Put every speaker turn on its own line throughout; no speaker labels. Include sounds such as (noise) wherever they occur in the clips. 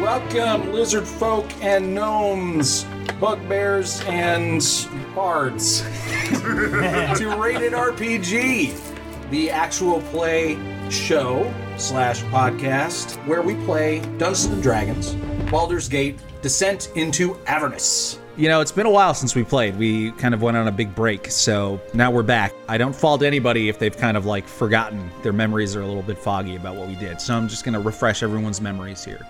Welcome, lizard folk and gnomes, bugbears and
(laughs)
bards, to Rated RPG, the actual play show slash podcast where we play Dungeons and Dragons, Baldur's Gate, Descent into Avernus.
You know, it's been a while since we played. We kind of went on a big break, so now we're back. I don't fault anybody if they've kind of like forgotten. Their memories are a little bit foggy about what we did. So I'm just going to refresh everyone's memories here.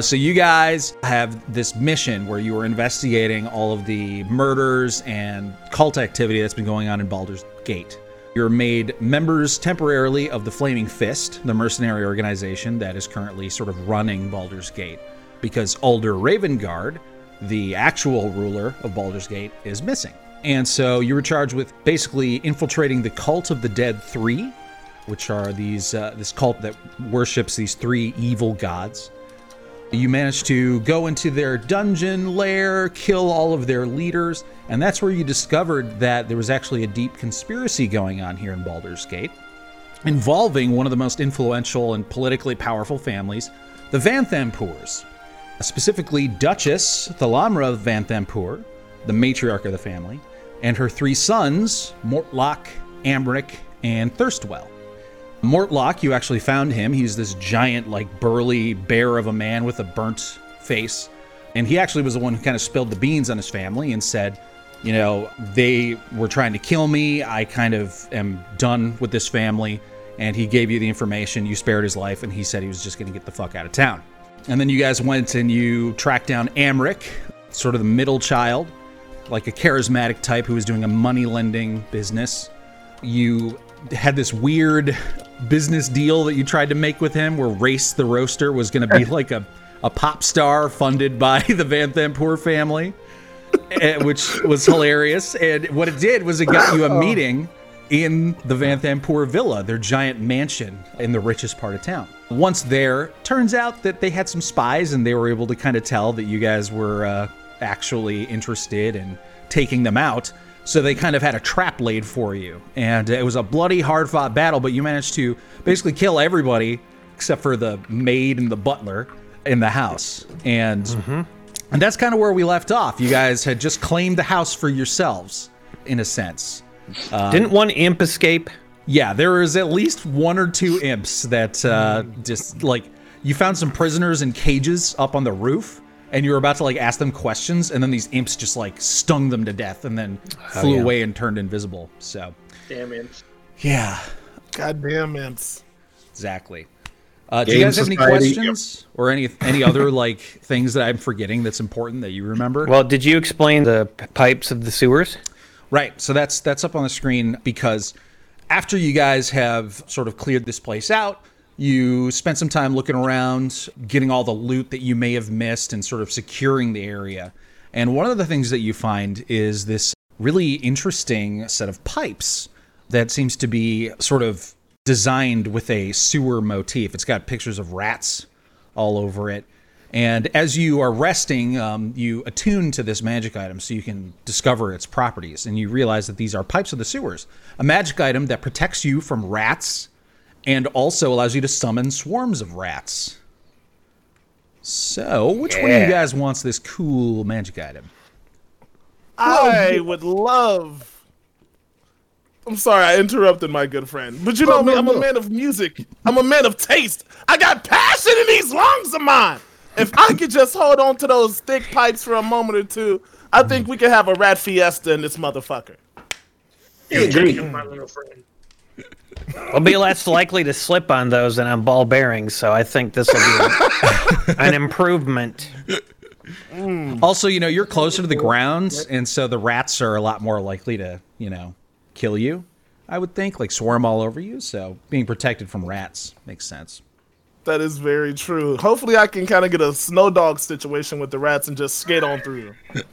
So you guys have this mission where you are investigating all of the murders and cult activity that's been going on in Baldur's Gate. You're made members temporarily of the Flaming Fist, the mercenary organization that is currently sort of running Baldur's Gate, because Alder Ravenguard, the actual ruler of Baldur's Gate, is missing. And so you were charged with basically infiltrating the Cult of the Dead Three, which are these uh, this cult that worships these three evil gods. You manage to go into their dungeon lair, kill all of their leaders, and that's where you discovered that there was actually a deep conspiracy going on here in Baldur's Gate involving one of the most influential and politically powerful families, the Van Thampoors. Specifically, Duchess Thalamra Van Thampur, the matriarch of the family, and her three sons, Mortlock, Amric, and Thirstwell. Mortlock, you actually found him. He's this giant, like burly bear of a man with a burnt face. And he actually was the one who kind of spilled the beans on his family and said, you know, they were trying to kill me. I kind of am done with this family. And he gave you the information. You spared his life. And he said he was just going to get the fuck out of town. And then you guys went and you tracked down Amric, sort of the middle child, like a charismatic type who was doing a money lending business you had this weird business deal that you tried to make with him where Race the Roaster was going to be like a, a pop star funded by (laughs) the Van Thampoor family, eh, which was hilarious. And what it did was it got you a meeting in the Van Thampoor Villa, their giant mansion in the richest part of town. Once there, turns out that they had some spies and they were able to kind of tell that you guys were uh, actually interested in taking them out. So they kind of had a trap laid for you. And it was a bloody, hard fought battle, but you managed to basically kill everybody except for the maid and the butler in the house. And and that's kind of where we left off. You guys had just claimed the house for yourselves, in a sense.
Didn't one imp escape?
Yeah, there is at least one or two imps that uh, just like you found some prisoners in cages up on the roof, and you were about to like ask them questions, and then these imps just like stung them to death and then flew away and turned invisible. So,
Damn it.
yeah,
Goddamn imps.
exactly. Uh, do you
Game
guys have any
society,
questions or any any other like things that I'm forgetting that's important that you remember?
Well, did you explain the p- pipes of the sewers?
Right. So that's that's up on the screen because after you guys have sort of cleared this place out, you spent some time looking around, getting all the loot that you may have missed and sort of securing the area. And one of the things that you find is this really interesting set of pipes that seems to be sort of designed with a sewer motif. It's got pictures of rats all over it. And as you are resting, um, you attune to this magic item so you can discover its properties. And you realize that these are pipes of the sewers, a magic item that protects you from rats and also allows you to summon swarms of rats. So, which one of you guys wants this cool magic item?
I would love. I'm sorry I interrupted my good friend, but you know me, I'm a man of music. I'm a man of taste. I got passion in these lungs of mine. If I could just hold on to those thick pipes for a moment or two, I think we could have a rat fiesta in this motherfucker.
Agreed. My little friend.
I'll be less likely to slip on those than on ball bearings, so I think this will (laughs) be an improvement.
Also, you know, you're closer to the grounds, and so the rats are a lot more likely to, you know, kill you, I would think, like swarm all over you. So, being protected from rats makes sense.
That is very true. Hopefully, I can kind of get a snow dog situation with the rats and just skate on through them.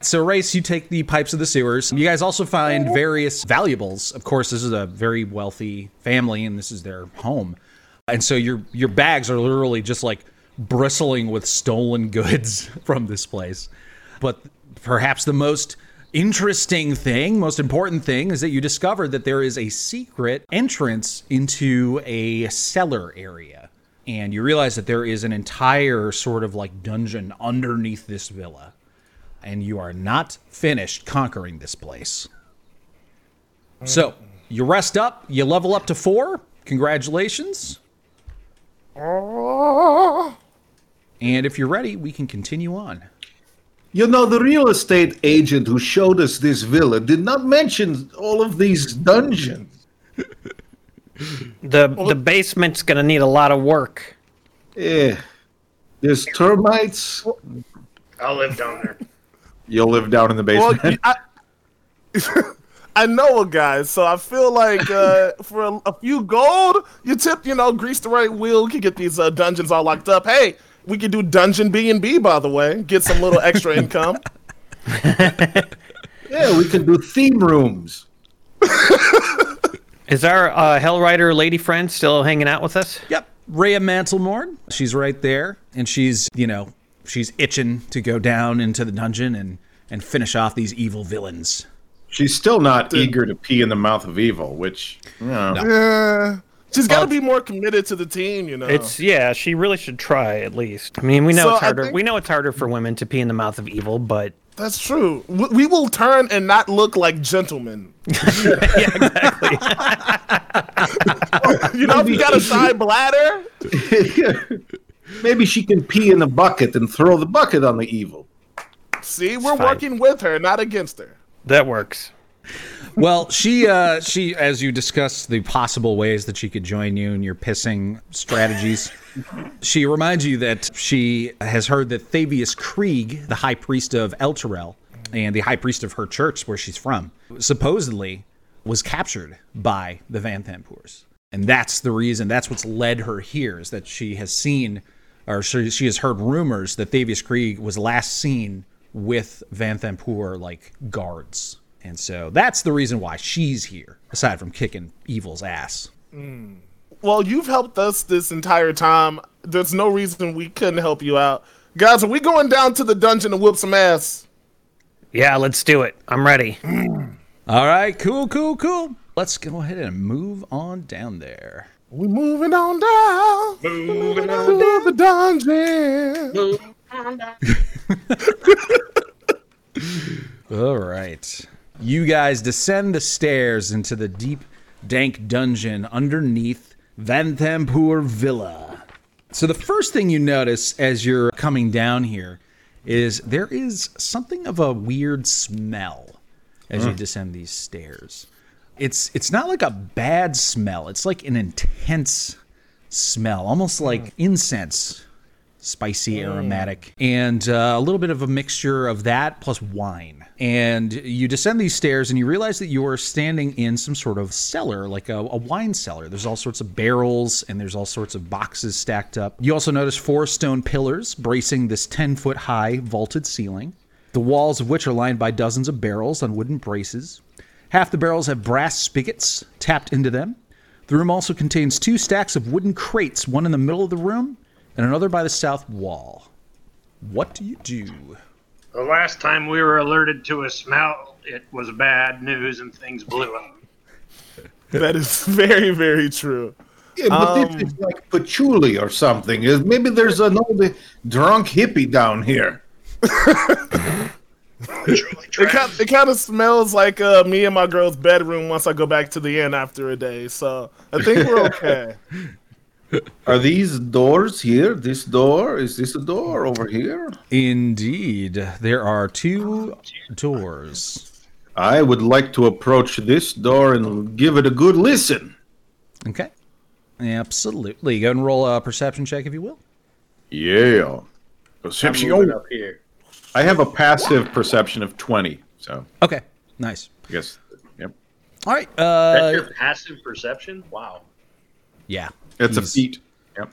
So, Race, you take the pipes of the sewers. You guys also find various valuables. Of course, this is a very wealthy family, and this is their home. And so your your bags are literally just like bristling with stolen (laughs) goods from this place. But perhaps the most interesting thing, most important thing, is that you discovered that there is a secret entrance into a cellar area and you realize that there is an entire sort of like dungeon underneath this villa, and you are not finished conquering this place. So you rest up, you level up to four. Congratulations. And if you're ready, we can continue on.
You know, the real estate agent who showed us this villa did not mention all of these dungeons.
The the basement's gonna need a lot of work.
Eh. There's termites.
I'll live down there.
You'll live down in the
Well,
basement.
I, I (laughs) know a guy, so I feel like uh, for a, a few gold, you tip, you know, grease the right wheel, can get these uh, dungeons all locked up. Hey, we could do dungeon B and B, by the way, get some little
(laughs)
extra income.
(laughs) yeah, we can do theme rooms.
Is our uh, Hell Rider lady friend still hanging out with us?
Yep. Rhea Mantlemorn. She's right there, and she's you know she's itching to go down into the dungeon and and finish off these evil villains.
She's still not eager to pee in the mouth of evil, which you know,
Yeah. She's got to be more committed to the team, you know.
It's yeah. She really should try at least. I mean, we know
Oh. So
it's
I
harder.
think-
We know it's harder for women to pee in the mouth of evil, but (laughs)
That's true. We, we will turn and not look like gentlemen. (laughs)
yeah, exactly.
You know,
(laughs)
if you got a side bladder,
maybe she can pee in the bucket and throw the bucket on the evil.
see, we're
fine.
working with her, not against her.
that works.
Well, she uh, she as you discussed the possible ways that she could join you and your pissing strategies, she reminds you that she has heard that Thavius Krieg, the high priest of Elturel, and the high priest of her church where she's from, supposedly was captured by the Van Thampors. And that's the reason, that's what's led her here, is that she has seen, or she, she has heard rumors that Thavius Krieg was last seen with Van Thampor, like, guards. And so that's the reason why she's here, aside from kicking evil's ass.
Well, you've helped us this entire time. There's no reason we couldn't help you out. Guys, are we going down to the dungeon to whoop some ass?
Yeah, let's do it. I'm ready.
All right, cool, cool, cool. Let's go ahead and move on down there.
We moving on down
Moving on.
to the dungeon.
Moving on down.
All right. You guys descend the stairs into the deep, dank dungeon underneath Van Thampur Villa. So, the first thing you notice as you're coming down here is there is something of a weird smell as you descend these stairs. It's, it's not like a bad smell, it's like an intense smell, almost like incense spicy, aromatic, and uh, a little bit of a mixture of that plus wine. And you descend these stairs and you realize that you are standing in some sort of cellar, like a, a wine cellar. There's all sorts of barrels and there's all sorts of boxes stacked up. You also notice four stone pillars bracing this 10 foot high vaulted ceiling, the walls of which are lined by dozens of barrels on wooden braces. Half the barrels have brass spigots tapped into them. The room also contains two stacks of wooden crates, one in the middle of the room and another by the south wall. What do you do?
The last time we were alerted to a smell, it was bad news and things blew up.
That is very, very true.
Yeah, but this is like patchouli or something. Uh, Maybe there's an old drunk hippie down here.
Truly
It
tragic.
kind, it kind of smells like uh, me and my girl's bedroom once I go back to the inn after a day. So I think we're okay.
Are these doors here? This door? Is this a door over here?
Indeed, there are two doors.
I would like to approach this door and give it a good listen.
Okay. Absolutely. Go and roll a perception check if you will.
Yeah.
I'm moving up here.
I have a passive perception of 20, so
Okay. Nice.
I guess, yep.
All right.
That's
Uh,
your passive perception? Wow.
yeah.
It's a
He's-
feat. Yep.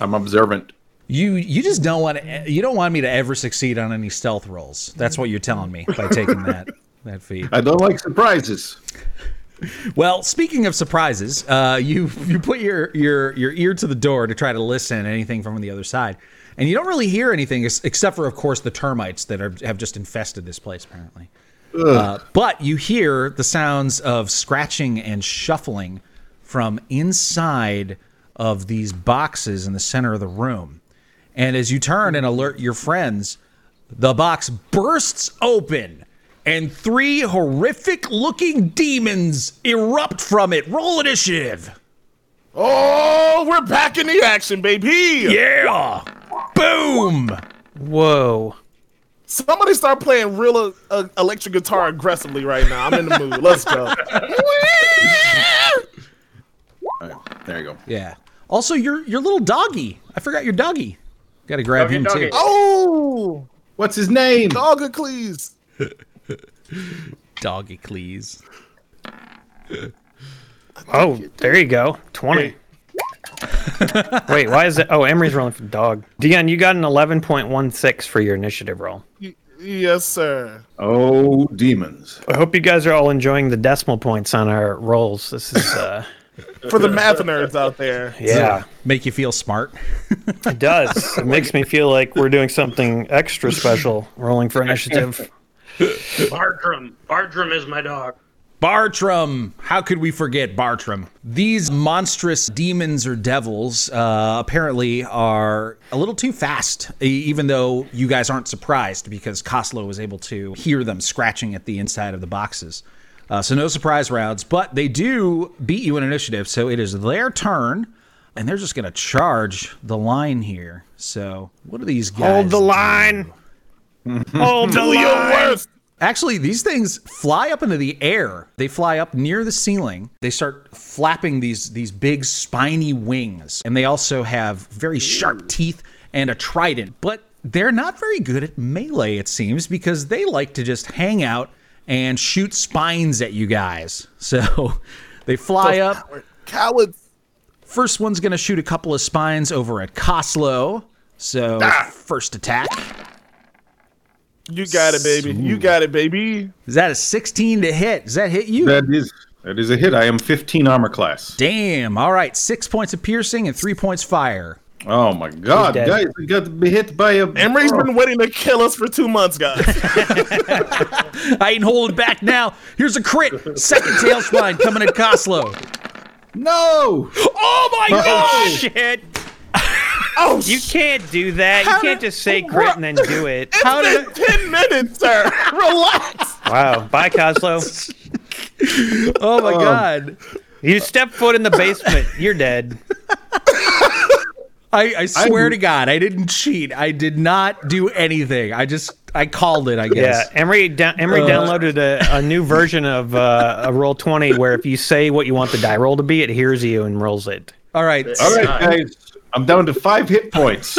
I'm observant.
You you just don't want to, you don't want me to ever succeed on any stealth rolls. That's what you're telling me by taking that that feat.
I don't like surprises.
Well, speaking of surprises, uh, you you put your your your ear to the door to try to listen anything from the other side, and you don't really hear anything ex- except for, of course, the termites that are, have just infested this place apparently. Uh, but you hear the sounds of scratching and shuffling from inside of these boxes in the center of the room. And as you turn and alert your friends, the box bursts open and three horrific looking demons erupt from it. Roll initiative.
Oh, we're back in the action, baby.
Yeah. Boom.
Whoa.
Somebody start playing real uh, uh, electric guitar aggressively right now. I'm in the mood. Let's go.
All right, there you go.
Yeah. Also, your your little doggy. I forgot your doggy. Got to grab
Doggy,
him
doggy.
too.
Oh,
What's his name?
dog please.
Doggy, please.
Oh, there you go. 20. (laughs) Wait, why is it? Oh, Emery's rolling for dog. Dion, you got an 11.16 for your initiative roll.
Y- Yes, sir.
Oh, demons.
I hope you guys are all enjoying the decimal points on our rolls. This is, uh,
For the math nerds out there.
yeah,
Make you feel smart.
(laughs) it does. It makes me feel like we're doing something extra special rolling for initiative.
Bartram. Bartram is my dog.
Bartram. How could we forget Bartram? These monstrous demons or devils uh, apparently are a little too fast, e- even though you guys aren't surprised because Coslow was able to hear them scratching at the inside of the boxes. Uh, so no surprise rounds, but they do beat you in initiative. So it is their turn, and they're just going to charge the line here. So what are these guys?
Hold the line. Hold the
Do your
line.
worst.
Actually, these things fly up into the air. They fly up near the ceiling. They start flapping these these big spiny wings, and they also have very sharp teeth and a trident. But they're not very good at melee, it seems, because they like to just hang out and shoot spines at you guys. (laughs) So they fly up.
Cowards.
First one's gonna shoot a couple of spines over at Coslow. So first attack.
You got it, baby. You got it, baby.
Is that a 16 to hit? Does that hit you?
That is that is a hit. I am 15 armor class.
Damn. All right. Six points of piercing and three points fire.
Oh my god,
He's dead.
guys, we got hit by a
Emery's
Oh,
been waiting to kill us for two
(laughs)
months, guys.
I ain't holding back now. Here's a crit. Second tail spine coming at Coslow.
No!
Oh my gosh.
Shit.
oh,
You can't do that. You can't just say crit and then do it.
How did
it's been ten minutes, sir. (laughs) Relax.
Wow. Bye, Coslow.
Oh my god.
You step foot in the basement. You're dead.
I, I swear to God, I didn't cheat. I did not do anything. I just I called it. I
Yeah,
guess.
Emery down Emery downloaded a, a new version of uh, a roll twenty where if you say what you want the die roll to be, it hears you and rolls it.
All right.
All right, guys. I'm down to five hit points.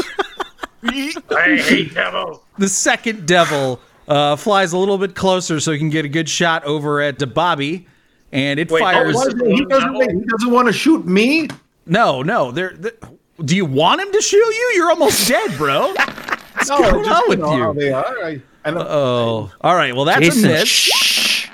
I hate
(laughs)
devils.
The second devil uh, flies a little bit closer so he can get a good shot over at Bobby, and it
Wait, oh,
fires.
Why
what?
is it- he doesn't, wait, he doesn't want to shoot me?
No, no. There. there- do you want him to shoot you? You're almost dead, bro. What's
No,
going on with
know how
you?
They are. I, I know.
Oh, all right. Well, that's
Jason,
a miss.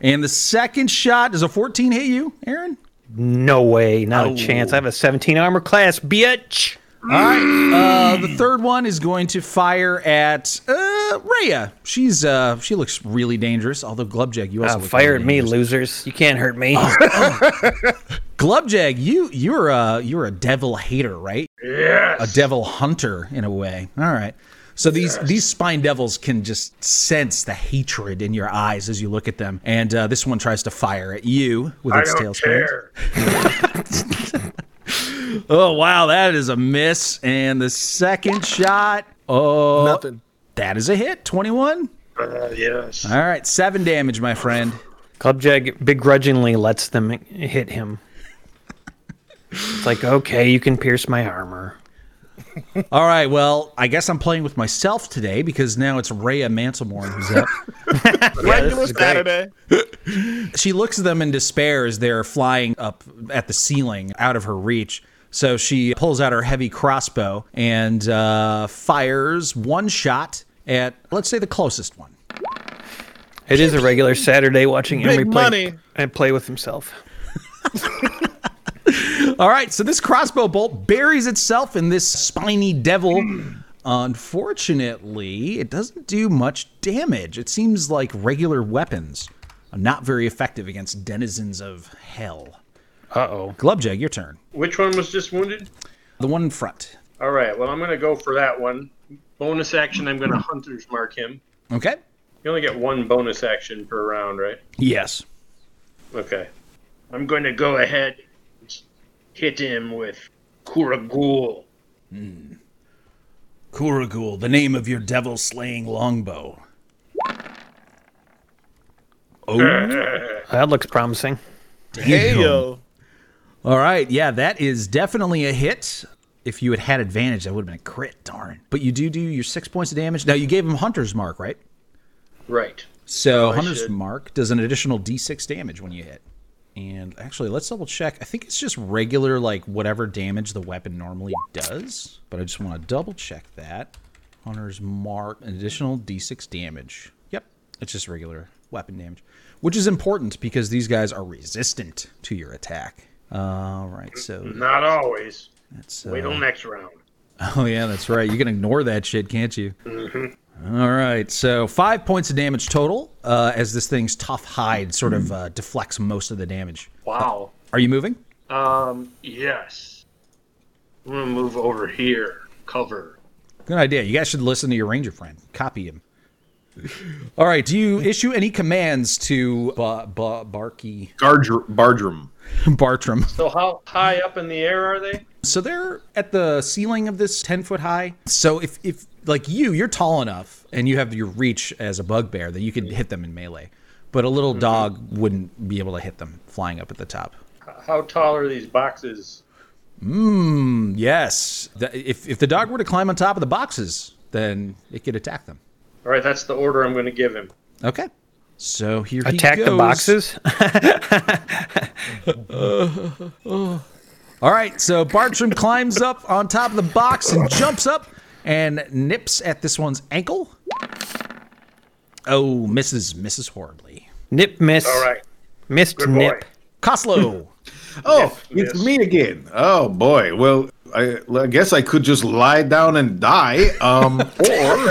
And the second shot does a 14 hit you, Aaron?
No way, not a chance. I have a seventeen armor class, bitch.
Uh, the third one is going to fire at uh, Rhea. She's uh, she looks really dangerous. Although Glubjag, you also
Uh,
look
fire
really
at me,
dangerous.
losers. You can't hurt me. (laughs)
Glubjag, you you're a you're a devil hater, right?
Yes.
a devil hunter in a way. All right. So these these spine devils can just sense the hatred in your eyes as you look at them, and uh, this one tries to fire at you with
I
its
don't
tail spines.
care.
Oh wow, that is a miss, and the second shot. Oh,
Nothing.
that is a hit. Twenty-one.
Uh, yes.
All right, seven damage, my friend.
Clubjag begrudgingly lets them hit him. It's like, okay, you can pierce my armor.
All right, well, I guess I'm playing with myself today because now it's Rhea Mantlemore who's up.
Regular Saturday.
She looks at them in despair as they're flying up at the ceiling out of her reach. So she pulls out her heavy crossbow and uh, fires one shot at, let's say, the closest one.
It is a regular Saturday watching Emery play
money.
and play with himself.
All right, so this crossbow bolt buries itself in this spiny devil. Unfortunately, it doesn't do much damage. It seems like regular weapons are not very effective against denizens of hell.
Uh oh.
Glubjag, your turn.
Which one was just wounded?
The one in front.
All right. Well, I'm going to go for that one. Bonus action. I'm going to hunter's mark him.
Okay.
You only get one bonus action per round, right?
Yes.
Okay. I'm going to go ahead and hit him with Kuragul.
Kuragul, the name of your devil slaying longbow. Oh,
That looks promising.
Hey yo.
all right. Yeah, that is definitely a hit. If you had had advantage, that would have been a crit, darn. But you do do your six points of damage. Now, you gave him Hunter's Mark, right?
Right.
So Hunter's
Oh, should.
Mark does an additional d6 damage when you hit. And actually, let's double check. I think it's just regular, like whatever damage the weapon normally does. But I just want to double check that. Hunter's Mark, an additional d6 damage. Yep, it's just regular weapon damage, which is important because these guys are resistant to your attack. All right, so
Not always.
that's
Mm-hmm. Wait
uh,
till next round.
(laughs) Oh yeah, that's right. You can ignore that shit, can't you? All right. So five points of damage total uh, as this thing's tough hide sort of uh, deflects most of the damage.
Wow.
Are you moving?
Um. Yes. I'm gonna move over here. Cover.
Good idea. You guys should listen to your ranger friend. Copy him. All right. Do you issue any commands to ba- ba- Barky
Gardr- Bardrum.
Bartram?
So how high up in the air are they?
So they're at the ceiling of this 10 foot high. So if, if like you, you're tall enough and you have your reach as a bugbear that you could hit them in melee. But a
Mm-hmm.
little dog wouldn't be able to hit them flying up at the top.
How tall are these boxes?
Mm, Yes. The- If, if the dog were to climb on top of the boxes, then it could attack them.
All right, that's the order I'm gonna give him.
Okay. So here he
Attack the
goes.
boxes.
All right, so Bartram climbs up on top of the box and jumps up and nips at this one's ankle. Oh, misses, misses horribly.
Nip miss.
All right.
Missed
Good boy.
nip.
(laughs)
Coslow.
Oh,
Yes,
it's
yes.
me again. Oh boy. Well, I, I guess I could just lie down and die, um, or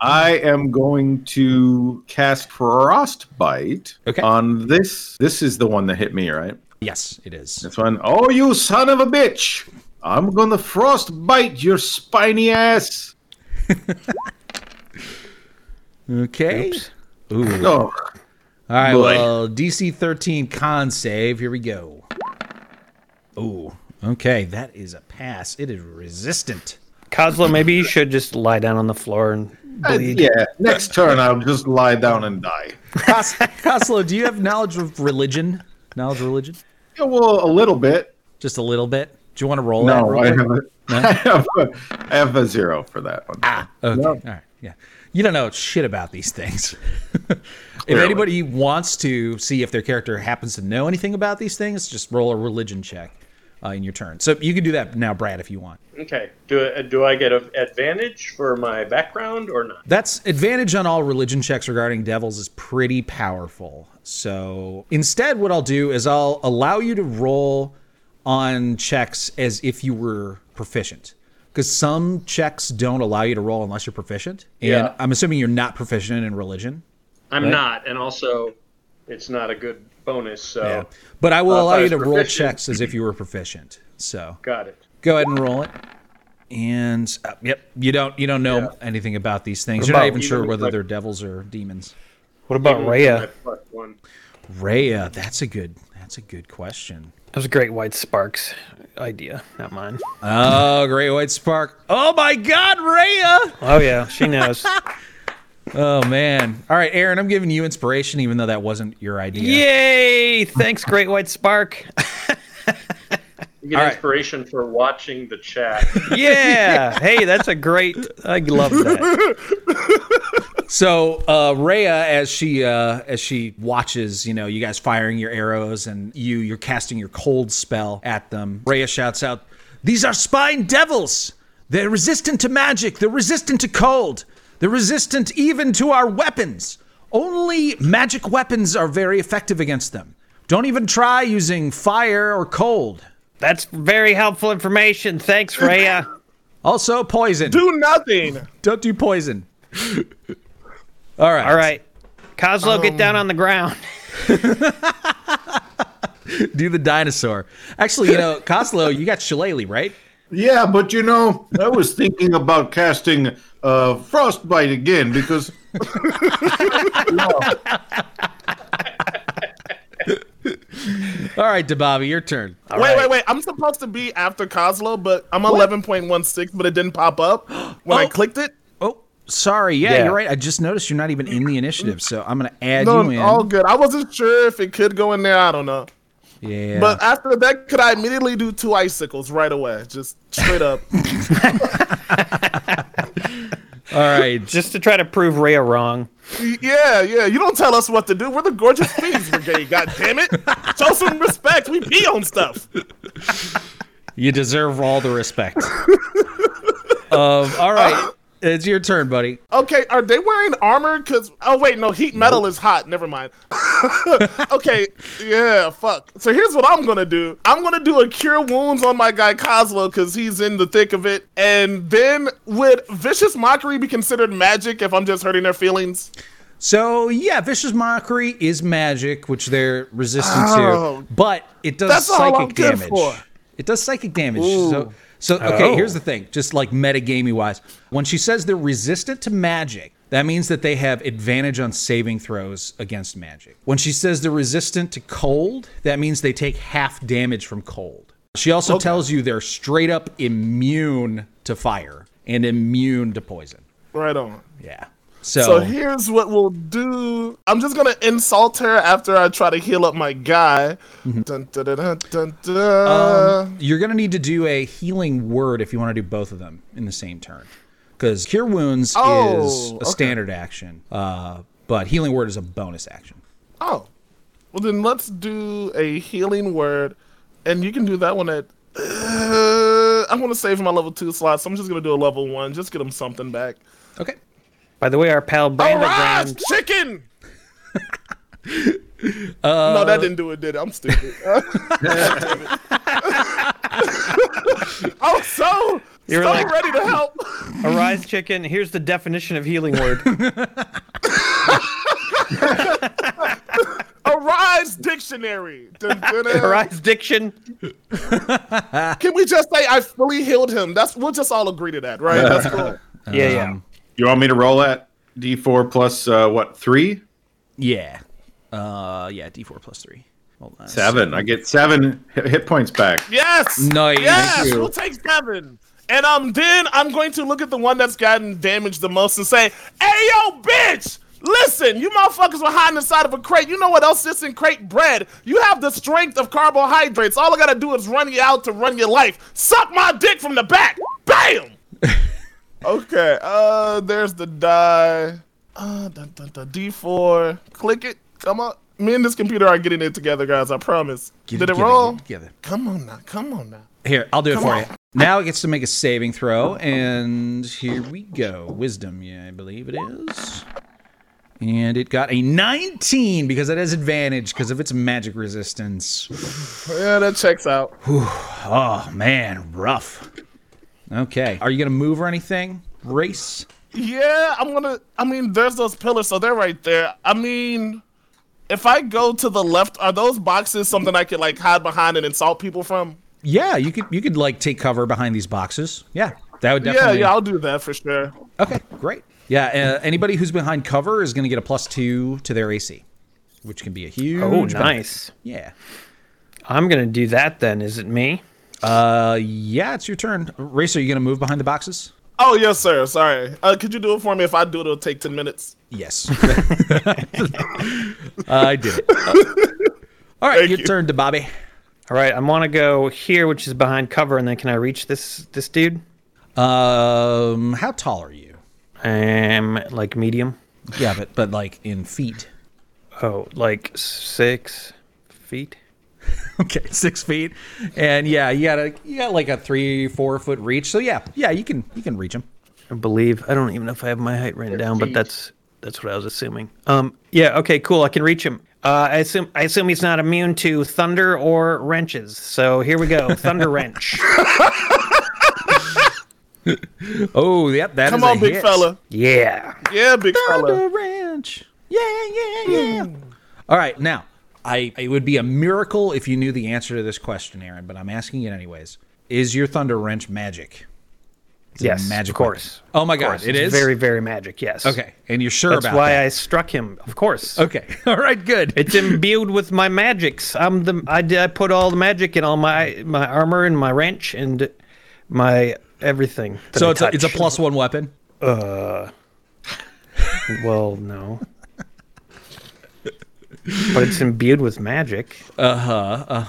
I am going to cast frostbite
Okay.
on this. This is the one that hit me, right?
yes, it is.
This one. Oh, you son of a bitch! I'm gonna frostbite your spiny ass.
Okay. Ooh. All
Oh,
right,
boy.
well, DC 13 con save. Here we go. Ooh. Okay, that is a pass. It is resistant.
Kozlo, maybe you should just lie down on the floor and
I-
bleed.
Uh, yeah. Next turn, I'll just lie down and die. (laughs)
Cos- Coslow, do you have knowledge of religion? Knowledge of religion?
Yeah, well, a little bit.
Just a little bit. Do you want to roll that?
No,
real
I
quick?
have, a, (laughs) I, have a, I have a zero for that one.
Okay.
No.
All right. Yeah. You don't know shit about these things. (laughs) if anybody wants to see if their character happens to know anything about these things, just roll a religion check uh, in your turn. So you can do that now, Brad, if you want.
Okay. Do do I get an advantage for my background or not?
That's advantage on all religion checks regarding devils is pretty powerful. So instead, what I'll do is I'll allow you to roll on checks as if you were proficient. Because some checks don't allow you to roll unless you're proficient. And
Yeah.
I'm assuming you're not proficient in religion.
I'm not, and also, it's not a good bonus. So
But I will
Uh, if
allow
I
you
was
to roll
proficient-
checks as if you were proficient. So
got it.
go ahead and roll it. And uh, yep, you don't you don't know anything about these things. You're
about
not even
even
sure
with,
whether
like-
they're devils or demons.
What about
My
Rhea?
plus one.
Rhea, that's a good that's a good question.
That was a great white sparks idea, not mine.
Oh, great white spark. Oh my god, Rhea.
Oh yeah, she knows.
Oh man. All right, Aaron, I'm giving you inspiration even though that wasn't your idea.
Yay! Thanks, great white spark.
You get
All right.
inspiration for watching the chat.
(laughs)
Yeah. Hey, that's a great. I love that.
So uh, Rhea, as she uh, as she watches, you know, you guys firing your arrows and you you're casting your cold spell at them. Rhea shouts out, "These are spine devils! They're resistant to magic. They're resistant to cold. They're resistant even to our weapons. Only magic weapons are very effective against them. Don't even try using fire or cold.
That's very helpful information. Thanks, Rhea.
Also, poison.
Do nothing.
Don't do poison." (laughs) All right.
All right, Kozlo, get down on the ground. (laughs)
Do the dinosaur. Actually, you
(laughs)
know, Coslow, you got Shillelagh, right?
Yeah, but you know, I was thinking about casting uh, Frostbite again because.
All right, Dabavi, your turn.
wait, wait, wait. I'm supposed to be after Coslo, but I'm 11.16, but it didn't pop up when I
Oh.
clicked it.
Oh, sorry. Yeah,
Yeah.
you're right. I just noticed you're not even in the initiative, so I'm gonna add
No,
you in.
all good. I wasn't sure if it could go in there. I don't know.
yeah.
But after that, could I immediately do two icicles right away? Just straight up.
all right.
Just to try to prove Rhea wrong.
yeah, yeah. You don't tell us what to do. We're the Gorgeous (laughs) Thieves Brigade. God damn it! Show some respect. We pee on stuff.
You deserve all the
(laughs)
respect. um, all right. It's your turn, buddy.
Okay, are they wearing armor? Cause oh wait, no, heat metal is hot. Never mind. (laughs) okay, yeah, fuck. So here's what I'm gonna do. I'm gonna do a cure wounds on my guy Coslo, cause he's in the thick of it. And then would vicious mockery be considered magic if I'm just hurting their feelings?
So yeah, vicious mockery is magic, which they're resistant
Oh.
to, but it does
That's all I'm
psychic
good
damage.
for.
It does psychic damage. So so okay,
Oh.
here's the thing, just like metagamey wise. When she says they're resistant to magic, that means that they have advantage on saving throws against magic. When she says they're resistant to cold, that means they take half damage from cold. She also tells you they're straight up immune to fire and immune to poison.
Right on.
Yeah. So,
So here's what we'll do. I'm just gonna insult her after I try to heal up my guy. Dun, dun, dun, dun, dun, dun.
You're going to need to do a healing word if you want to do both of them in the same turn. Because Cure Wounds
Oh,
is a
okay.
standard action, uh, but Healing Word is a bonus action.
Oh. Well, then let's do a healing word. And you can do that one at. Uh, I want to save my level two slot, so I'm just going to do a level one. Just get him something back.
Okay.
By the way, our pal
Arise,
Brandogram. (laughs)
chicken!
Uh,
no, that didn't do it, did it? I'm stupid. (laughs) oh, so.
You're
so
like-
ready to help.
Arise, chicken. Here's the definition of healing word.
Arise, dictionary. Dun, dun, dun.
(laughs) Arise, diction.
Can we just say I fully healed him? That's we'll just all agree to that, right? That's cool.
Yeah, yeah.
you want me to roll at d4 plus uh, what three?
Yeah. Uh, yeah, d4 plus 3. Hold on.
Seven. I get seven hi- hit points back.
Yes.
Nice.
Yes.
Thank you.
We'll take seven. And um, then I'm going to look at the one that's gotten damaged the most and say, "Hey, yo, bitch! Listen, you motherfuckers were hiding inside of a crate. You know what else is in crate bread? You have the strength of carbohydrates. All I gotta do is run you out to run your life. Suck my dick from the back.
(laughs)
Bam." okay. Uh, there's the die. Uh, dun, dun, dun, D4. Click it. Come on. Me and this computer are getting it together, guys. I promise.
Get
Did it,
get
roll?
get it, get it.
Come on now, come on now.
Here, I'll do it for
on.
you. Now it gets to make a saving throw, and here we go. Wisdom, yeah, I believe it is. And it got a 19 because it has advantage because of its magic resistance.
Yeah, that checks out.
Oh man, rough. Okay. Are you gonna move or anything? Race?
Yeah, I'm gonna. I mean, there's those pillars, so they're right there. I mean, if I go to the left, are those boxes something I could like hide behind and insult people from?
Yeah, you could you could like take cover behind these boxes. Yeah, that would definitely.
Yeah, yeah, I'll do that for sure.
okay, great. Yeah, uh, anybody who's behind cover is gonna get a plus two to their AC, which can be a huge.
Oh,
benefit.
nice.
Yeah.
I'm gonna do that then. Is it me?
Uh, yeah, it's your turn. Race, are you gonna move behind the boxes?
Oh yes, sir. Sorry. Uh, could you do it for me? If I do it, it'll take ten minutes.
(laughs) Yes. I did it.
(laughs)
All right,
Thank
your
you.
turn to Bobby.
All right, I want to go here, which is behind cover, and then can I reach this this dude?
Um, how tall are you?
Um, like medium.
Yeah, but but like in feet.
Oh, like six feet.
(laughs) Okay, six feet, and yeah, you got a you got like a three four foot reach. So yeah, yeah, you can you can reach him.
I believe. I don't even know if I have my height written down, but that's that's what I was assuming. Um, yeah. Okay. Cool. I can reach him. Uh, I assume I assume he's not immune to thunder or wrenches. So here we (laughs) go. Thunder wrench.
Oh, yep, that
Come
is a
on, big
hit.
fella.
Yeah.
Yeah, big fella.
Thunder wrench. Yeah, yeah, yeah. All right, now I it would be a miracle if you knew the answer to this question, Aaron, but I'm asking it anyways. Is your thunder wrench magic? It's a
yes,
magic
of course.
weapon. Oh my
Of
god,
course.
it
It's
is
very, very magic. Yes.
okay. And you're sure
That's
about
why
that?
I struck him. Of course.
Okay. (laughs) All right. Good.
It's imbued with my magics. I'm the I, d- I put all the magic in all my my armor and my wrench and my everything. that
so
I
it's a, it's a
touch.
plus one weapon.
Well, no. but it's imbued with magic. Uh huh.
Uh-huh,
Uh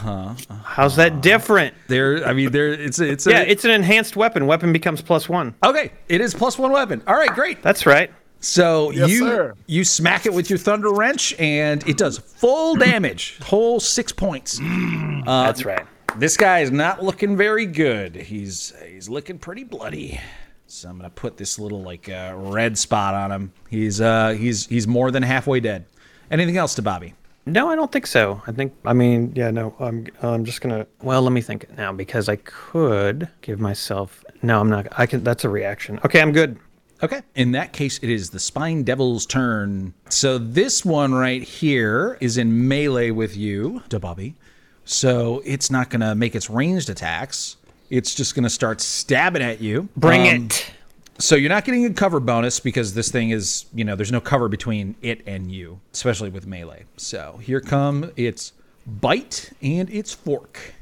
huh. How's that different?
There. I mean, uh-huh. there. It's a- it's a,
Yeah, it's an enhanced weapon. Weapon becomes plus one.
okay. It is plus one weapon. All right. Great.
That's right.
So
Yes,
you
sir.
you smack it with your thunder wrench and it does full damage, whole six points. Uh,
That's right.
This guy is not looking very good. He's he's looking pretty bloody. So I'm gonna put this little like uh, red spot on him. He's uh he's he's more than halfway dead. Anything else to Bobby?
No, I don't think so. I think I mean, yeah, no. I'm I'm just going to Well, let me think it now because I could give myself No, I'm not. I can that's a reaction. Okay, I'm good.
Okay. In that case, it is the Spine Devil's turn. So this one right here is in melee with you, to Bobby. So it's not going to make its ranged attacks. It's just going to start stabbing at you.
Bring
Um,
it.
So you're not getting a cover bonus because this thing is, you know, there's no cover between it and you, especially with melee. So here come its bite and its fork.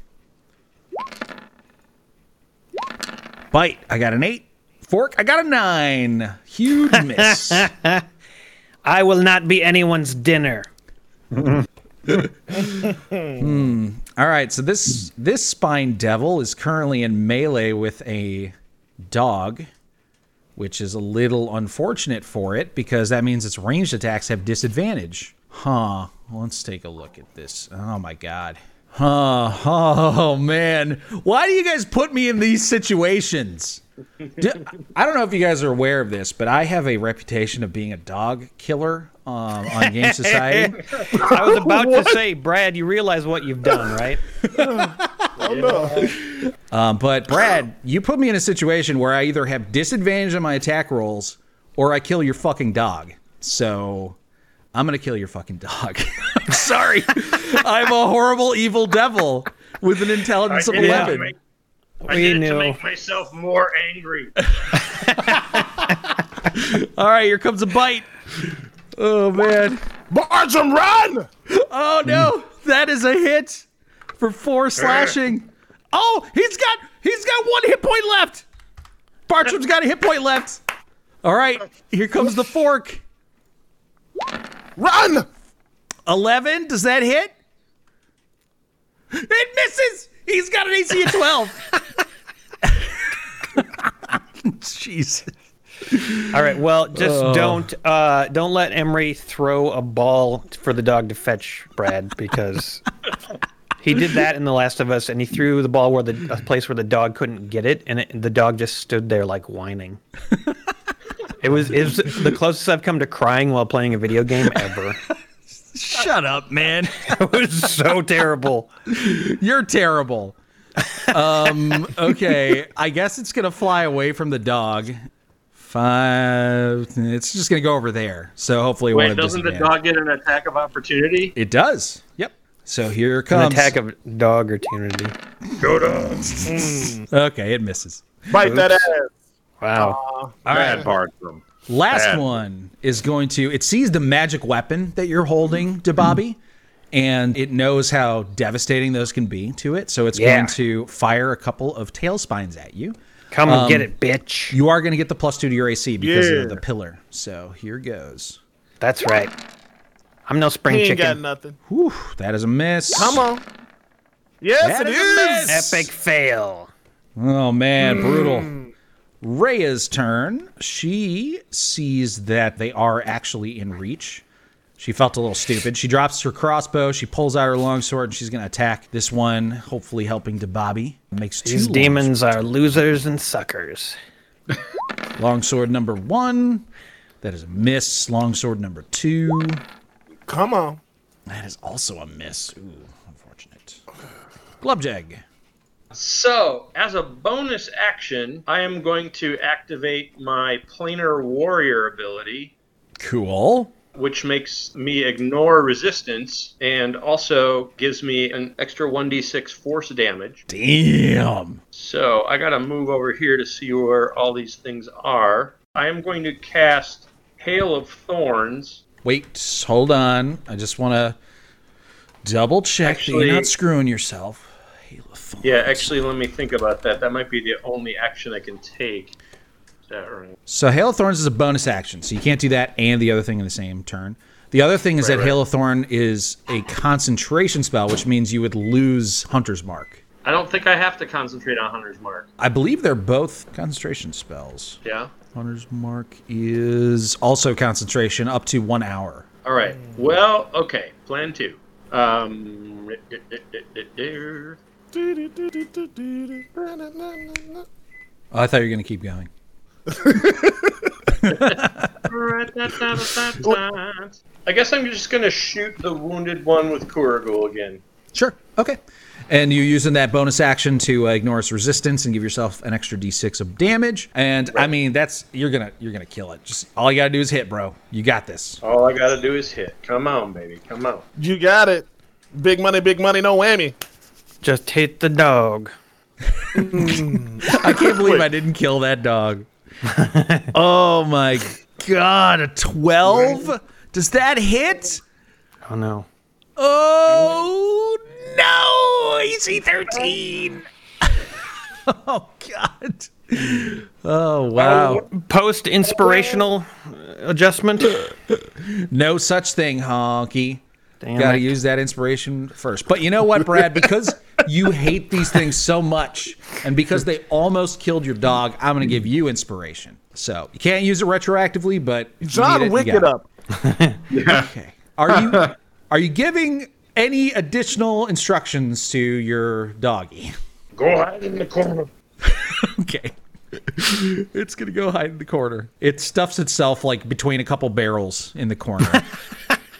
Bite, I got an eight. Fork, I got a nine. Huge miss.
I will not be anyone's (laughs) dinner.
All right, so this this spine devil is currently in melee with a dog, which is a little unfortunate for it because that means its ranged attacks have disadvantage. Huh. Let's take a look at this. Oh my god. Huh. Oh man. Why do you guys put me in these situations? Do- I don't know if you guys are aware of this, but I have a reputation of being a dog killer um, on Game Society.
I was about to say, Brad, you realize what you've done, right?
But Brad, (gasps) you put me in a situation where I either have disadvantage on my attack rolls or I kill your fucking dog. So I'm gonna kill your fucking dog. (laughs) I'm (laughs) sorry. I'm a horrible evil devil with an intelligence of
I did it to
eleven.
make- I
We
did it to
knew.
make myself more angry.
All right, here comes a bite. Oh man.
Bartram, run!
Oh no, that is a hit for four slashing. Oh, he's got he's got one hit point left. (laughs) Bartram's got a hit point left. All right, here comes the fork.
Run!
11, does that hit? It misses! He's got an AC
(laughs)
of 12. Jeez.
All right. Well, just don't uh, don't let Emery throw a ball for the dog to fetch Brad because he did that in The Last of Us, and he threw the ball where the a place where the dog couldn't get it, and it, the dog just stood there like whining. It was is the closest I've come to crying while playing a video game ever. (laughs)
Shut up, man.
It was so terrible.
You're terrible. Um, okay, I guess it's going to fly away from the dog. Five. It's just going to go over there. So hopefully, it won't
Wait,
have
doesn't the
disadvantage.
dog get an attack of opportunity?
It does. Yep. So here
An
comes.
attack of dog opportunity.
okay, it misses.
Bite that ass.
Wow.
All right, Bartram.
Last
Bad.
one is going to it sees the magic weapon that you're
Mm-hmm.
holding to Bobby and it knows how devastating those can be to it so it's
Yeah.
going to fire a couple of tail spines at you.
Come and get it, bitch.
You are going to get the plus 2 to your AC because
Yeah.
of the pillar. So here goes.
That's right. I'm no spring
He ain't got
chicken.
nothing.
Whew, that is a miss.
Come on. Yes,
That
it
is a
is.
mess.
Epic fail.
Oh man, brutal. Rhea's Hmm. turn. She sees that they are actually in reach. She felt a little stupid. She drops her crossbow. She pulls out her longsword, and she's going to attack this one, hopefully helping to Bobby. Makes two
These
longs-
demons are losers and suckers.
Longsword number one. That is a miss. Longsword number two.
Come on.
That is also a miss. Ooh, unfortunate. Glubjag.
So, as a bonus action, I am going to activate my planar warrior ability,
Cool.
which makes me ignore resistance and also gives me an extra 1d6 force damage.
Damn.
So I gotta move over here to see where all these things are. I am going to cast Hail of Thorns.
Wait, hold on. I just want to double check that
Actually-
you're not screwing yourself. Hail of Thorns.
Yeah, actually, let me think about that. That might be the only action I can take. Is that right?
So Hail of Thorns is a bonus action, so you can't do that and the other thing in the same turn. The other thing is that Hail of Thorn is a concentration spell, which means you would lose Hunter's Mark.
I don't think I have to concentrate on Hunter's Mark.
I believe they're both concentration spells.
Yeah?
Hunter's Mark is also concentration up to one hour.
All right. Well, okay. Plan two. Um, (laughs)
Oh, I thought you were going to keep going.
I guess I'm just going to shoot the wounded one with Kuragul again.
Sure. Okay. And you using that bonus action to uh, ignore its resistance and give yourself an extra d6 of damage. And I mean, that's you're gonna you're gonna kill it. Just all you gotta do is hit, bro. You got this.
All I got to do is hit. Come on, baby. Come on.
You got it. Big money, big money, no whammy.
Just hit the dog.
I can't believe I didn't kill that dog. (laughs) oh my god, a twelve? Does that hit?
Oh no.
Oh no! AC thirteen. (laughs) oh god. Oh wow.
Post inspirational adjustment.
No such thing, honky.
Damn
Got to
it.
use that inspiration first. But you know what, Brad? Because you hate these things so much, and because they almost killed your dog, I'm going to give you inspiration. So you can't use it retroactively, but if you need
John
you
Wick
got
it up.
Okay. Are
(laughs)
you are you giving any additional instructions to your doggy?
Go hide in the corner.
(laughs) Okay. It's gonna go hide in the corner. It stuffs itself like between a couple barrels in the
(laughs)
corner,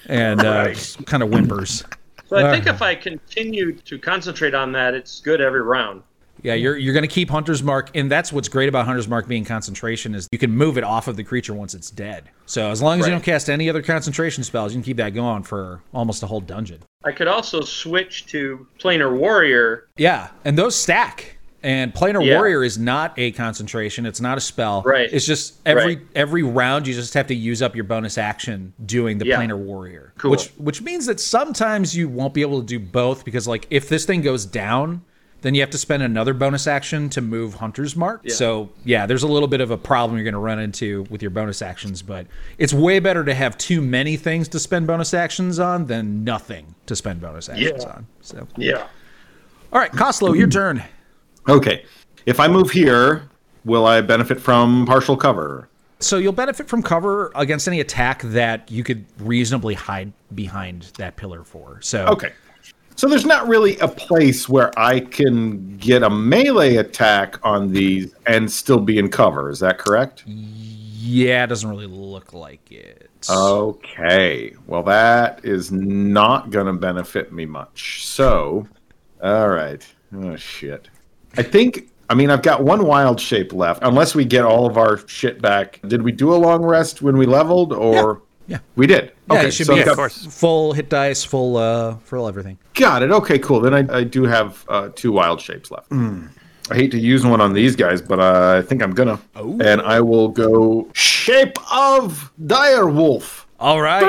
and uh, kind of whimpers.
So I think if I continue to concentrate on that, it's good every round.
Yeah, you're you're gonna keep Hunter's Mark, and that's what's great about Hunter's Mark being concentration is you can move it off of the creature once it's dead. So as long as you don't cast any other concentration spells, you can keep that going for almost a whole dungeon.
I could also switch to Planar Warrior.
Yeah, and those stack. And Planar
Yeah.
Warrior is not a concentration; it's not a spell.
Right.
It's just every
Right.
every round you just have to use up your bonus action doing the
Yeah.
Planar Warrior.
Cool.
Which which means that sometimes you won't be able to do both because like if this thing goes down, then you have to spend another bonus action to move Hunter's Mark. So yeah, there's a little bit of a problem you're going to run into with your bonus actions, but it's way better to have too many things to spend bonus actions on than nothing to spend bonus actions on. So
Yeah.
all right, Coslow, your turn.
Okay. If I move here, will I benefit from partial cover?
So you'll benefit from cover against any attack that you could reasonably hide behind that pillar for. So
Okay. So there's not really a place where I can get a melee attack on these and still be in cover. Is that correct?
yeah, it doesn't really look like it.
Uh, Okay. Well, that is not going to benefit me much. So, all right. Oh, shit. I think, I mean, I've got one wild shape left, unless we get all of our shit back. Did we do a long rest when we leveled, or?
Yeah.
We did.
yeah,
okay,
it should
so
be
I've
a
got-
course.
full hit dice, full uh, full everything.
Got it. Okay, cool. Then I, I do have uh, two wild shapes left. I hate to use one on these guys, but uh, I think I'm gonna.
Oh.
And I will go shape of dire wolf.
All right.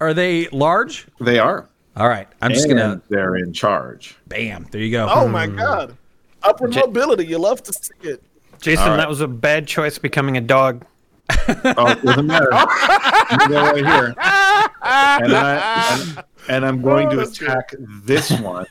Are they large?
They are.
All right. I'm just
And
gonna
They're in charge.
bam. There you go.
Oh my god. Upward mobility, you love to see it.
Jason, that was a bad choice becoming a dog.
Oh, it doesn't matter. You go right here. And, I, and, and I'm going to attack this one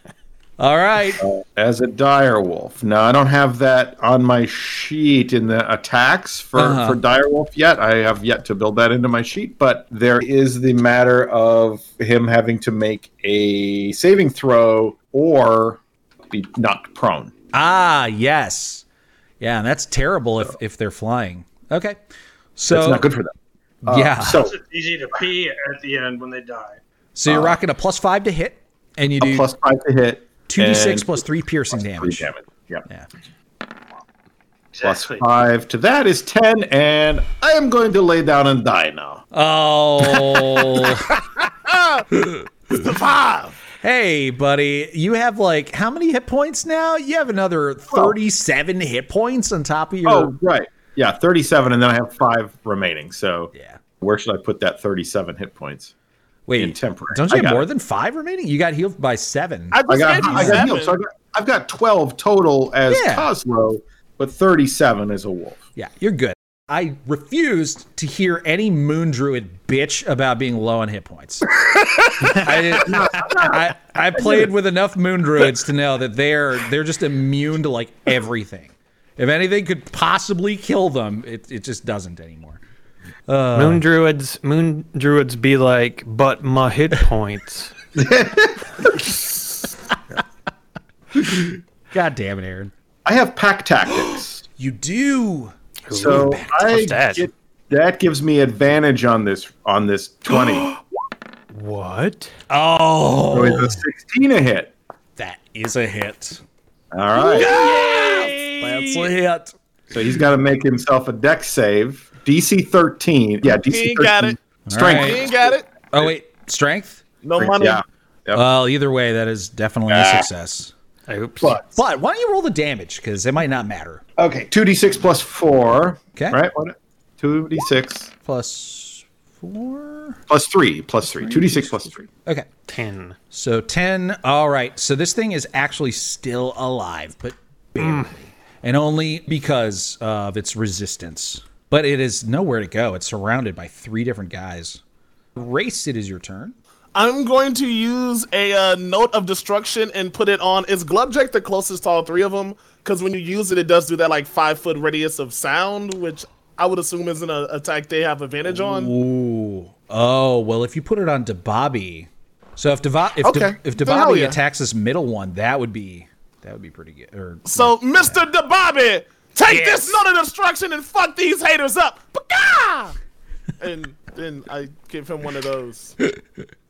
All right.
as a dire wolf. Now I don't have that on my sheet in the attacks for
Uh-huh.
for dire wolf yet. I have yet to build that into my sheet, but there is the matter of him having to make a saving throw or be knocked prone.
Ah, yes. Yeah, and that's terrible if if they're flying. Okay. So
That's not good for them. Uh,
yeah.
So
It's easy to pee at the end when they die.
So you're rocking a plus five to hit, and you
uh, a
do
plus five to hit.
two d six
and
plus three piercing
three
damage.
damage. Yep.
Yeah.
Plus
Exactly.
five to that is ten, and I am going to lay down and die now.
Oh,
Five.
(laughs) hey, buddy, you have like how many hit points now? You have another thirty-seven hit points on top of your.
Oh, right. Yeah, 37, and then I have five remaining. So
yeah.
where should I put that 37 hit points? In
Wait,
temporary.
don't you
I
have
got
more
it.
than five remaining? You got healed by seven.
I just
I got,
gave you
I got
seven.
healed. So I got, I've got 12 total as
Yeah.
Cosmo, but 37 as a wolf.
yeah, you're good. I refused to hear any moon druid bitch about being low on hit (laughs) points. I, I, I played with enough moon druids to know that they're they're just immune to like everything. If anything could possibly kill them, it, it just doesn't anymore.
moon druids, moon druids be like, but my hit points. (laughs)
God damn it, Aaron.
I have
(gasps)
pack tactics.
You do.
so I
What's that?
get- that gives me advantage on this on
(gasps)
this 20.
what?
so
Oh,
it's a 16 a hit.
that is a hit.
All right.
That's a hit.
So he's got to make himself a deck save. DC 13. Yeah, DC 13.
He ain't got it.
Strength.
He ain't got it.
Oh wait, strength.
No money.
Yeah.
Well, either way, that is definitely a success.
Oops.
But why don't you roll the damage? Because it might not matter.
Okay, 2d6 plus 4.
Okay.
Right? What- 2d6
Plus four.
plus 3. Plus 3. 2d6 plus 3.
Okay.
Ten.
So 10. All right. So this thing is actually still alive, but
Mm.
barely. And only because of its resistance. But it is nowhere to go. It's surrounded by three different guys. Race, it is your turn.
I'm going to use a uh, note of destruction and put it on. Is Glubjack the closest to all three of them? Because when you use it, it does do that like five foot radius of sound, which I would assume isn't an attack they have advantage on.
Ooh. Oh, well, if you put it on Dababi. So if Deva- if,
Okay.
Da- if
Then hell
Dababi
yeah.
attacks this middle one, that would be that would be pretty good. Or
So, Mr. DeBobby, take this note of destruction and fuck these haters up. Paka! and then I give him one of those.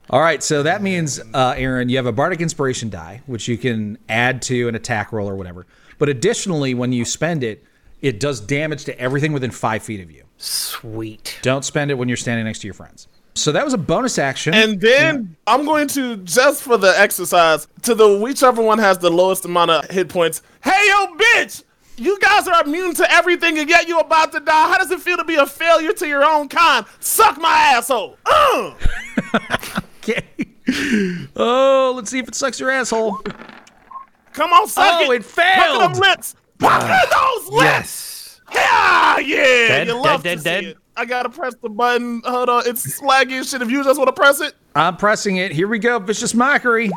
All right, so that means, uh, Aaron, you have a bardic inspiration die, which you can add to an attack roll or whatever. But additionally, when you spend it, it does damage to everything within five feet of you.
Sweet.
Don't spend it when you're standing next to your friends. So that was a bonus action.
And then I'm going to just for the exercise to the whichever one has the lowest amount of hit points. Hey yo, bitch! You guys are immune to everything, and yet you're about to die. How does it feel to be a failure to your own kind? Suck my asshole! Uh!
(laughs) okay. oh, let's see if it sucks your asshole.
Come on, suck
Oh, it
Pucker them
failed. Uh,
lips! Pucker those lips!
Yes.
Ah, Yeah, yeah!
Dead,
you love
dead,
to
dead,
see
dead.
it. I gotta press the button. Hold on, it's slaggy as shit. If you just want to press it,
I'm pressing it. Here we go. Vicious mockery.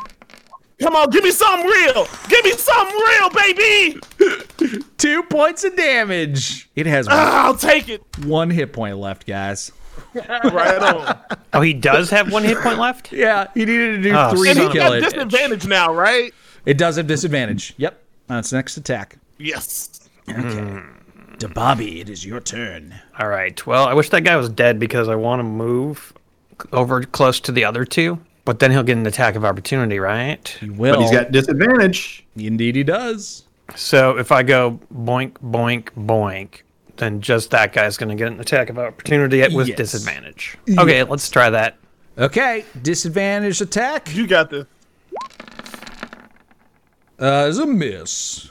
come on, give me something real. Give me something real, baby.
Two points of damage. It has
Ah, I'll take it.
one hit point left, guys.
Right on.
Oh, he does have one hit point left.
Yeah, he needed to do
Oh,
three
(laughs) Ah. And
to
he's
kill
got
it.
disadvantage now, right?
It does have disadvantage. Yep. On its next attack.
Yes.
To Bobby, it is your turn.
All right. Well, I wish that guy was dead because I want to move c- over close to the other two. But then he'll get an attack of opportunity, right?
You will.
But he's got disadvantage.
Indeed, he does.
So if I go boink, boink, boink, then just that guy's going to get an attack of opportunity at- with
Yes.
disadvantage. Okay, let's try that.
Okay, disadvantage attack.
You got this.
Uh, is a miss.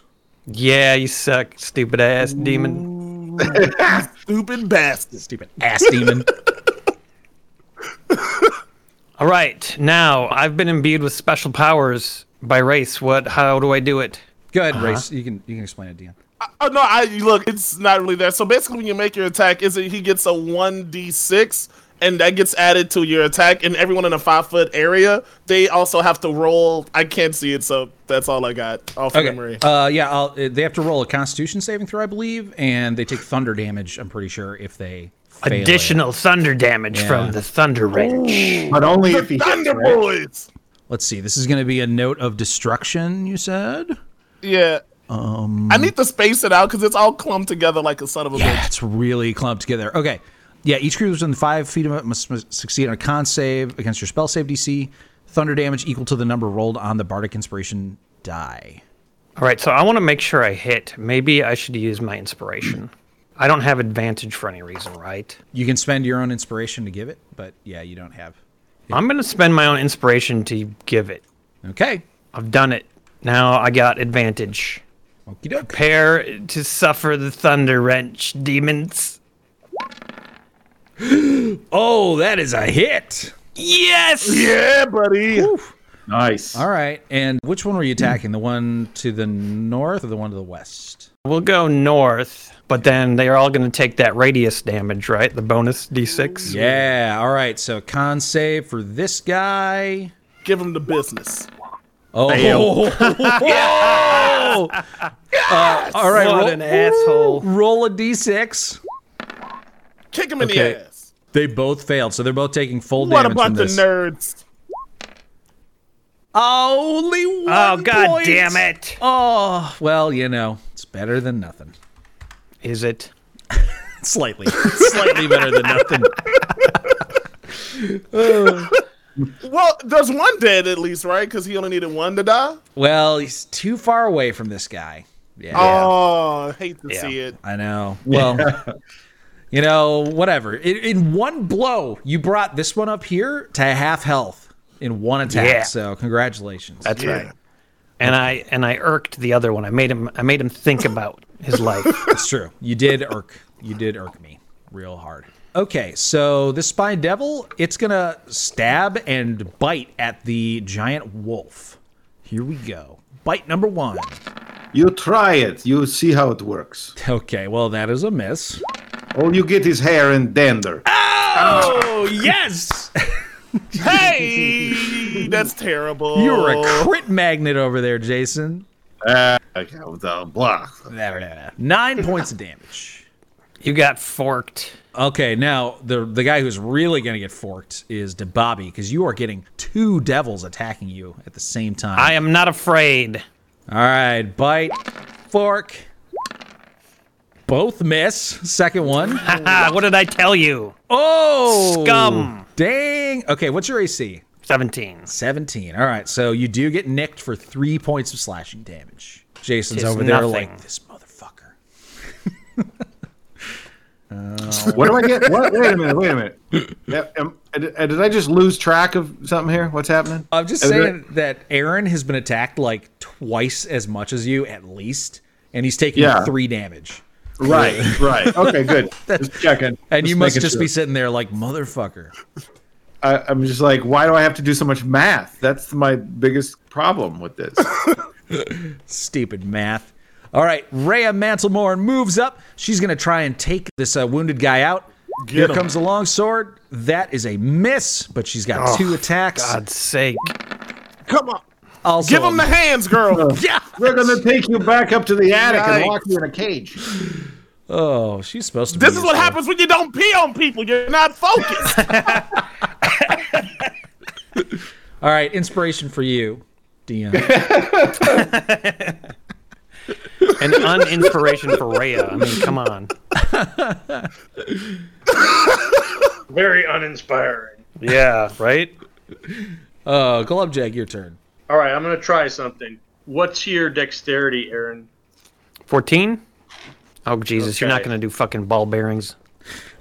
Yeah, you suck, stupid ass demon.
Stupid bastard.
Stupid ass demon.
All right, now I've been imbued with special powers by race. What? How do I do it?
Go ahead, race. You can you can explain it, Dion.
Oh no, I look, it's not really there. So basically when you make your attack, is it he gets a one D six and that gets added to your attack and everyone in a five foot area, they also have to roll I can't see it, so that's all I got off memory.
Uh, yeah, I'll, uh, they have to roll a Constitution saving throw, I believe, and they take thunder damage. I'm pretty sure if they fail it.
Additional thunder damage
Yeah.
from the thunder wrench.
But only if he hits,
Thunder
right?
boys.
Let's see. This is going to be a note of destruction. You said.
Yeah. Um I need to space it out because it's all clumped together like a son of a
Yeah,
bitch.
it's really clumped together. Okay. Yeah, each creature within five feet of it must, must succeed on a con save against your spell save DC. Thunder damage equal to the number rolled on the bardic inspiration die.
All right, so I want to make sure I hit. Maybe I should use my inspiration. I don't have advantage for any reason, right?
You can spend your own inspiration to give it, but yeah, you don't have.
I'm going to spend my own inspiration to give it.
Okay.
I've done it. Now I got advantage.
Okie doke.
Prepare to suffer the thunder wrench, demons.
Oh, that is a hit.
Yes!
Yeah, buddy.
Nice.
All right. And which one were you attacking? The one to the north or the one to the west?
We'll go north, but then they are all going to take that radius damage, right? The bonus d6.
Yeah. All right. So con save for this guy.
Give him the business.
Oh. (laughs) Uh, all right.
What
roll-
an asshole.
roll a d6.
Kick him in
Okay.
the ass.
They both failed, so they're both taking full
What
damage
about
from
the
this.
nerds?
Only one
Oh, god
point.
damn it.
Oh, well, you know, it's better than nothing.
Is it?
Slightly, (laughs) slightly better (laughs) than nothing.
Well, there's one dead at least, right? Because he only needed one to die.
Well, he's too far away from this guy. Yeah,
Oh, I hate to
Yeah.
see it.
I know. Well, you know, whatever. In, in one blow, you brought this one up here to half health in one attack.
Yeah.
So, congratulations.
That's right. And I and I irked the other one. I made him I made him think about his life.
It's true. You did irk. You did irk me real hard. Okay, so this spy devil, it's gonna stab and bite at the giant wolf. Here we go. Bite number one.
You try it. You see how it works.
Okay, well that is a miss.
All you get is hair and dander.
Ah. Oh (laughs) yes!
Hey, (laughs) that's terrible.
You're a crit magnet over there, Jason.
Ah, okay, the blah.
Nine points of damage.
you got forked.
Okay, now the the guy who's really gonna get forked is Bobby because you are getting two devils attacking you at the same time.
I am not afraid.
All right, bite, fork. Both miss. Second
(laughs)
one.
Ah, what did I tell you?
Oh,
Scum.
Dang. Okay, what's your AC?
17.
17. All right, so you do get nicked for three points of slashing damage. Jason's
Tis
over there
nothing.
like this motherfucker.
What do I get? What? Wait a minute. Wait a (laughs) minute. Yeah, am- uh, did uh, did I just lose track of something here? What's happening?
I'm just
Is it-
saying that Aaron has been attacked like twice as much as you, at least, and he's taking
Yeah.
three damage.
Right. Right. (laughs)
(laughs)
Okay. Good. just checking.
And you must just
making
be
sure.
sitting there like motherfucker.
I, I'm just like, why do I have to do so much math? That's my biggest problem with this.
Stupid math. All right, Rhea Mantlemore moves up. She's going to try and take this uh, wounded guy out. Here
him.
comes the long sword. That is a miss, but she's got
Oh,
two attacks.
God's sake.
Come on.
Also,
(laughs) Give him the (laughs) hands, girl.
yeah.
We're gonna take you back up to the attic and
Yikes.
lock you in a cage.
Oh, she's supposed to. be
This is what
useful.
happens when you don't pee on people. You're not focused.
All right, inspiration for you,
(laughs)
Dion.
An uninspiration for Rhea. I mean, come on.
Very uninspiring.
Yeah, right?
uh, Glubjack, your turn.
All right, I'm going to try something. What's your dexterity, Aaron?
14? Oh, Jesus, you're not
Okay.
going to do fucking ball bearings.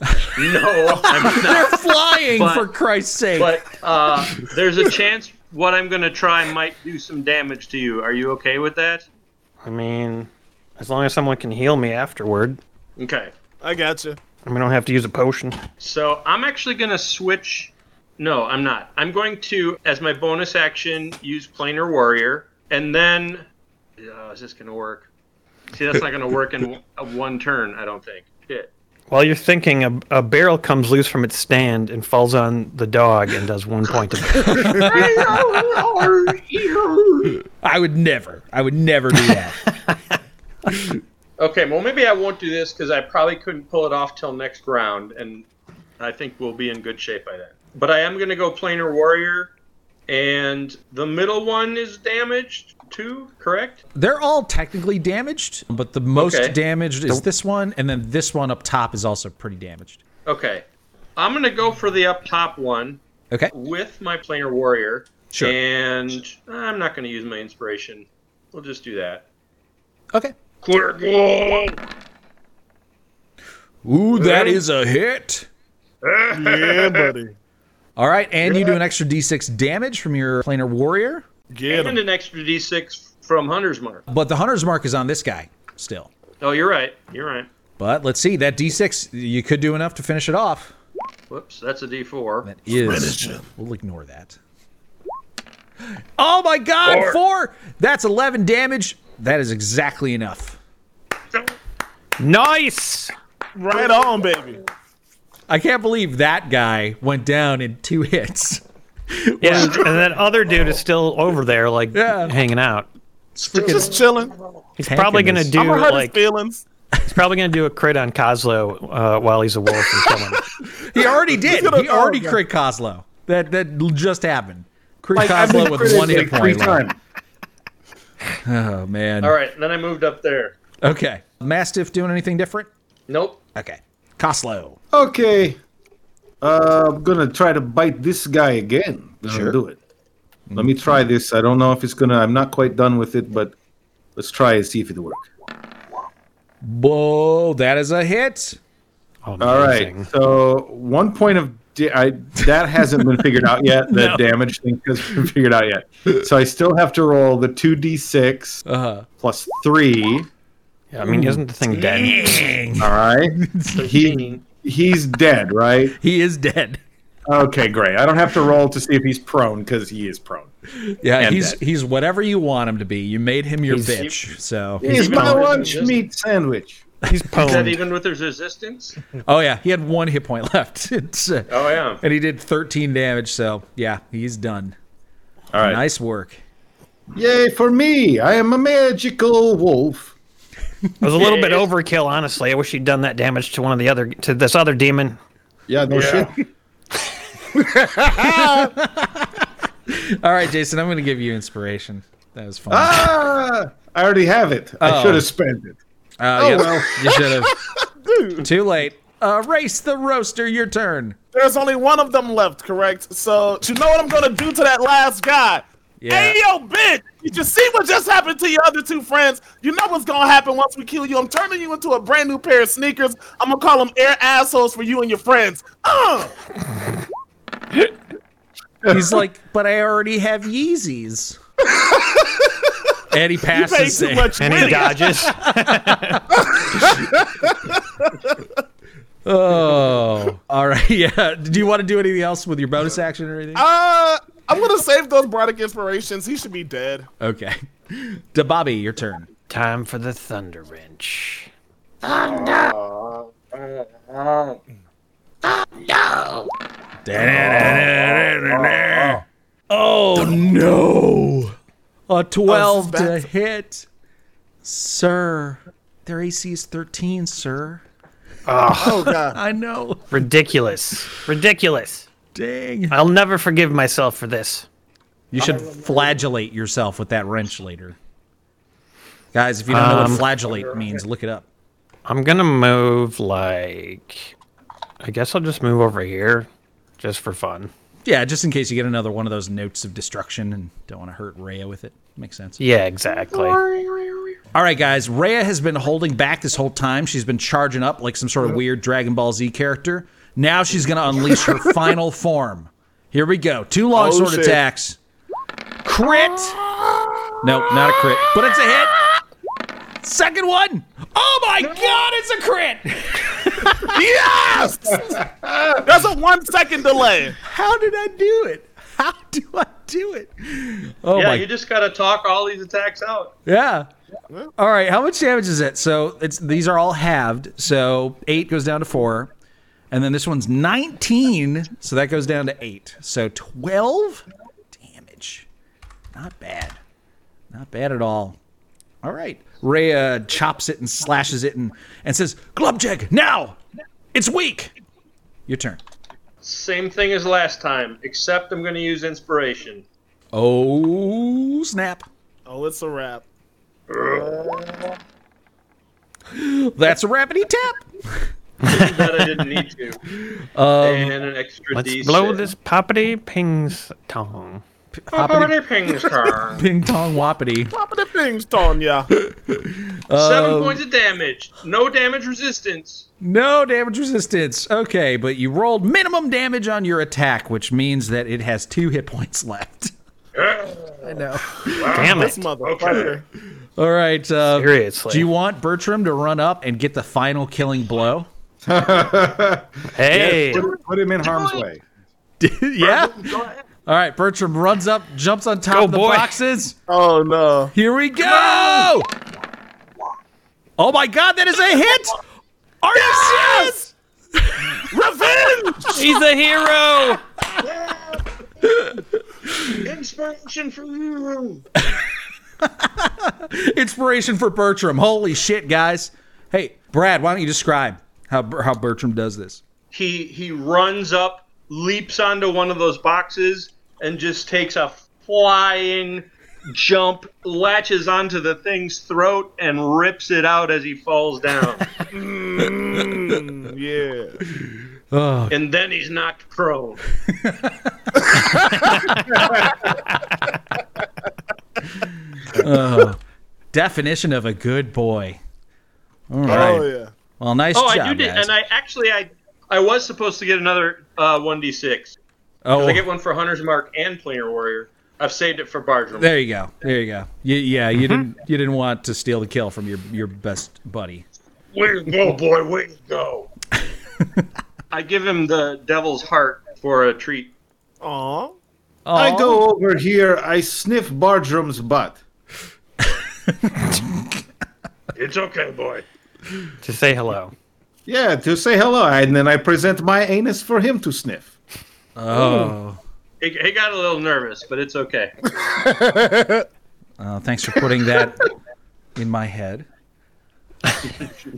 (laughs)
No, I'm not.
They're flying
But-
for Christ's sake.
But uh, there's a chance what I'm going to try might do some damage to you. Are you okay with that?
I mean, as long as someone can heal me afterward,
Okay.
(laughs) I got you.
and we don't have to use a potion.
So I'm actually going to switch. No, I'm not. I'm going to, as my bonus action, use Planar Warrior, and then. Uh, is this going to work? See, that's not going to work in
(laughs)
w- uh, one turn, I don't think. Shit.
While you're thinking, a, a barrel comes loose from its stand and falls on the dog and does one point of (laughs) damage.
I would never. I would never do that.
Okay, well, maybe I won't do this because I probably couldn't pull it off till next round, and I think we'll be in good shape by then. But I am going to go Planar Warrior, and the middle one is damaged too, correct?
They're all technically damaged, but the most
Okay.
damaged is this one, and then this one up top is also pretty damaged.
Okay. I'm going to go for the up top one
Okay.
with my Planar Warrior,
Sure.
and I'm not going to use my inspiration. We'll just do that.
Okay.
Kuragul.
Ooh, that is a hit.
Yeah, buddy.
All right, and you do an extra d6 damage from your planar warrior,
Get
And
him.
an extra d6 from Hunter's Mark.
but the hunter's mark is on this guy still.
Oh, you're right. You're right.
But let's see that d6. You could do enough to finish it off.
Whoops, that's a d4.
That is. We'll ignore that. (gasps) Oh my God! Four.
Four.
That's eleven damage. That is exactly enough.
Nice.
Right on, baby.
I can't believe that guy went down in two hits.
Yeah, and that other dude is still over there, like
Yeah.
hanging out.
Just chilling.
He's
Tanking
probably gonna
this.
do
I'm gonna hurt
like
his feelings.
he's probably gonna do a crit on Coslo uh, while he's a wolf or (laughs) someone.
He already did.
Look at
He
all
already
of them.
crit Coslow. That that just happened. Crit
Like, I've
Coslow
been
with
critting
one hit
like
point.
Three
left.
times.
Oh man.
All right, then I moved up there.
Okay. Mastiff doing anything different?
Nope.
Okay. Coslow.
Okay. Uh, I'm gonna try to bite this guy again. Gonna
Sure.
Do it. Let me try this. I don't know if it's gonna. I'm not quite done with it, but let's try and see if it'll work.
Whoa, that is a hit.
All
Amazing.
right. So one point of da- I, that hasn't been figured
(laughs)
out yet. The damage thing hasn't been figured out yet. So I still have to roll the two d6
Uh-huh.
plus three.
Yeah, I mean, isn't the thing dead?
All right. he he's dead, right?
He is dead.
Okay, great. I don't have to roll to see if he's prone because he is prone.
Yeah,
And
he's
dead.
he's whatever you want him to be. You made him your
He's-
bitch. So
He's
even
my
harder than
lunch
this.
meat sandwich.
He's
Is that
pwned.
even with his resistance?
Oh yeah, he had one hit point (laughs) left. It's, uh,
Oh, yeah.
and he did 13 damage, so yeah, he's done.
All right.
Nice work.
Yay for me! I am a magical wolf.
It was a little bit overkill, honestly. I wish he'd done that damage to one of the other to this other demon.
Yeah, no shit.
All right, Jason, I'm going to give you inspiration. That was Uh, fun.
(laughs) Ah, I already have it.
Oh.
I should have spent it.
oh, yeah.
(laughs)
You
(laughs)
should have. Too late. Uh, race the roaster, your turn.
There's only one of them left, correct? So you know what I'm gonna do to that last guy.
Yeah.
Hey yo, bitch! Did you see what just happened to your other two friends? You know what's gonna happen once we kill you. I'm turning you into a brand new pair of sneakers. I'm gonna call them air assholes for you and your friends. Uh!
He's like, but I already have
(laughs)
Yeezys. and he
You pay
passes
too
it.
much
And
money.
he dodges.
Oh, all right. (laughs) Yeah. Do you want to do anything else with your bonus action or anything?
Uh, I'm gonna save those bardic inspirations. He should be dead.
Okay. (laughs) Da Bobby, your turn.
Time for the thunder wrench.
Oh no! A 12 to
that's-
hit. Sir, their AC is 13, sir.
Oh
(laughs)
god.
I know.
Ridiculous. Ridiculous.
Dang.
I'll never forgive myself for this.
You should flagellate yourself with that wrench later. Guys, if you don't know what
Um,
flagellate means, look it up.
I'm gonna move like I guess I'll just move over here just for fun.
Yeah, just in case you get another one of those notes of destruction and don't want to hurt Rhea with it. Makes sense.
Yeah, exactly.
All right, guys. Rhea has been holding back this whole time. She's been charging up like some sort of weird Dragon Ball Z character. Now she's going to unleash (laughs) her final form. Here we go. Two longsword
shit.
attacks. Crit. Nope, not a crit, but it's a hit. Second one. Oh my god, it's a crit.
yes! That's a one second delay.
How did I do it? How do I do it? Oh
yeah,
my
you just got to talk all these attacks out.
Yeah. All right. How much damage is it? So it's these are all halved. So eight goes down to four, and then this one's nineteen. So that goes down to eight. So twelve damage. Not bad. Not bad at all. All right. Rhea chops it and slashes it and and says, "Glubjeg, now! It's weak." Your turn.
Same thing as last time, except I'm going to use inspiration.
Oh snap!
Oh, it's a wrap.
That's a rapidy tap.
that I didn't need
(laughs)
to. Um, and an extra
Um, Let's
D6.
blow this poppity pings tongue.
Hoppity pings car.
(laughs)
Ping tong whoppity.
Top of the things, Tonya.
Um,
Seven points of damage. No damage resistance.
No damage resistance. Okay, but you rolled minimum damage on your attack, which means that it has two hit points (laughs) left.
I
know. Damn
This
it.
motherfucker.
All right. Uh,
Seriously.
Do you want Bertram to run up and get the final killing blow?
Hey.
Put, put him in harm's way.
yeah. All right. Bertram runs up, jumps on top
Go,
of the
boy.
boxes.
Oh no.
Here we go. Oh my God, that is a hit. Are you serious? (laughs)
Revenge!
He's a hero.
Inspiration for you.
Inspiration for Bertram. Holy shit, guys. Hey, Brad, why don't you describe how how Bertram does this?
He he runs up, leaps onto one of those boxes, and just takes a flying jump, latches onto the thing's throat, and rips it out as he falls down.
(laughs)
Mm, yeah.
and then he's knocked prone.
Definition of a good boy. All right.
Oh yeah.
Well, nice
Oh,
job,
I do, did,
guys.
and I actually I I was supposed to get another uh, one d six.
oh,
I get one for Hunter's Mark and Planar Warrior. I've saved it for Bardrum.
There you go. There you go. You, yeah, you didn't you didn't want to steal the kill from your your best buddy.
Way to go, boy! Way to go! (laughs) I give him the Devil's Heart for a treat.
Aw.
I go over here. I sniff Bardrum's butt.
It's okay, boy.
To say hello.
Yeah, to say hello, and then I present my anus for him to sniff.
Oh,
He, he got a little nervous, but it's okay.
Uh, thanks for putting that in my head.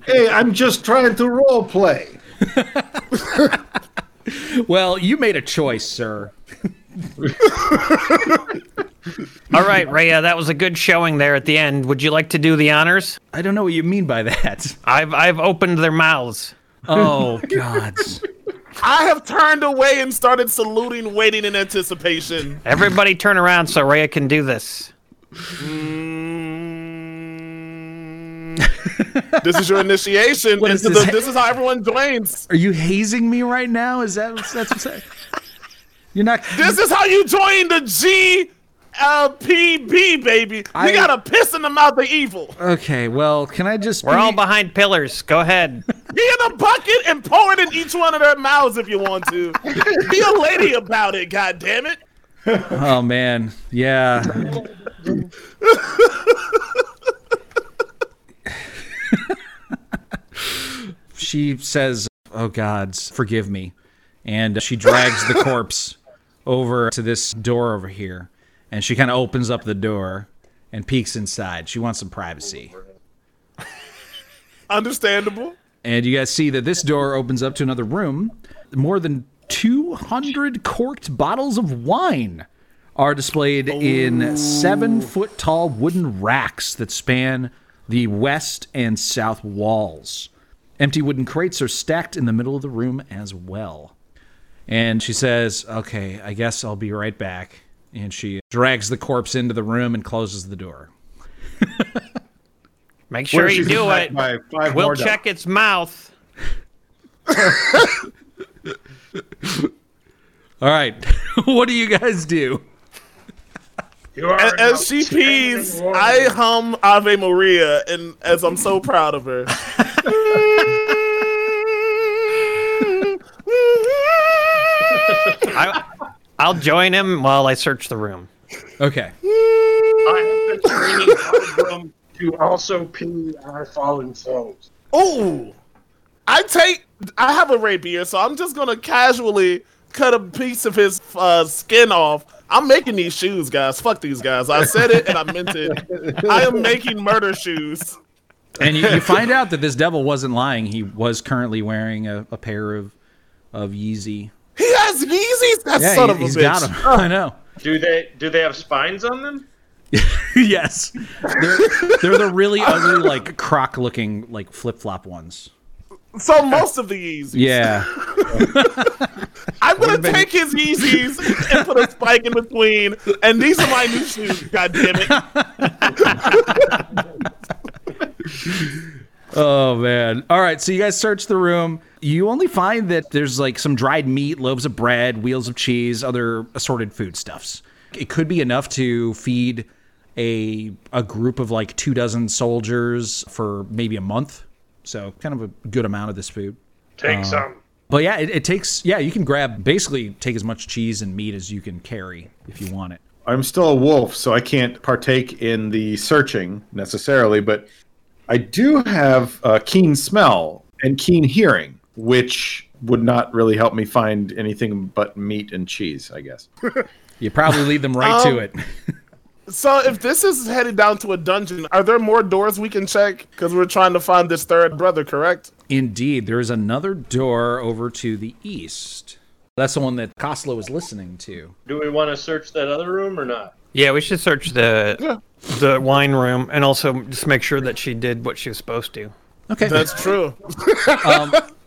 Hey, I'm just trying to role play.
Well, you made a choice, sir.
All right, Raya, that was a good showing there at the end. Would you like to do the honors?
I don't know what you mean by that.
I've I've opened their mouths.
Oh God.
I have turned away and started saluting, waiting in anticipation.
Everybody turn around so Raya can do this.
Hmm. This is your initiation.
What
into
is
the,
this?
this? is how everyone joins.
Are you hazing me right now? Is that what's- that's what's You're not.
This is how you join the G L P B, baby.
I-
you gotta piss in the mouth of evil.
Okay. Well, can I just?
We're
be-
all behind pillars. Go ahead.
Be in a bucket and pour it in each one of their mouths if you want to. Be a lady about it, God damn it.
Oh man. Yeah. (laughs) she says, "Oh gods, forgive me." And she drags the corpse over to this door over here, and she kind of opens up the door and peeks inside. She wants some privacy.
Understandable.
And you guys see that this door opens up to another room. More than 200 corked bottles of wine are displayed in seven foot tall wooden racks that span the west and south walls. Empty wooden crates are stacked in the middle of the room as well. And she says, Okay, I guess I'll be right back. And she drags the corpse into the room and closes the door.
Make sure you
she's
do
attacked
it.
By five
We'll
more
check its mouth.
All right, (laughs) what do you guys do?
(laughs) You are
A-
an
As she
outstanding
pees,
warrior.
I hum Ave Maria, and as I'm so proud of her.
I, I'll join him while I search the room.
Okay.
I have been training Bardrum to also pee our fallen foes.
Ooh, Oh, I take. I have a rapier, so I'm just gonna casually cut a piece of his uh, skin off. I'm making these shoes, guys. Fuck these guys. I said it and I meant it. I am making murder shoes.
and (laughs) you, you find out that this devil wasn't lying. He was currently wearing a, a pair of of Yeezy.
He has Yeezys. That
Yeah,
son
he,
of a
has
bitch.
got them. (laughs) I know.
Do they do they have spines on them?
yes, they're, they're the really ugly, like croc looking, like flip flop ones.
So most of the Yeezys.
Yeah,
I'm gonna take his Yeezys and put a spike in between, and these are my new shoes. God damn it.
Oh man. All right, so you guys search the room. You only find that there's like some dried meat, loaves of bread, wheels of cheese, other assorted foodstuffs. It could be enough to feed a a group of like two dozen soldiers for maybe a month. So kind of a good amount of this food.
Take
Uh.
some.
But yeah, it, it takes yeah, you can grab basically take as much cheese and meat as you can carry if you want it.
I'm still a wolf, so I can't partake in the searching necessarily, but I do have uh, keen smell and keen hearing, which would not really help me find anything but meat and cheese, I (laughs) guess.
You probably lead them right to it.
So if this is headed down to a dungeon, are there more doors we can check? Because we're trying to find this third brother, correct?
Indeed, there is another door over to the east. That's the one that Koslow is listening to.
Do we want to search that other room or not?
Yeah, we should search the the wine room and also just make sure that she did what she was supposed to.
Okay.
That's true.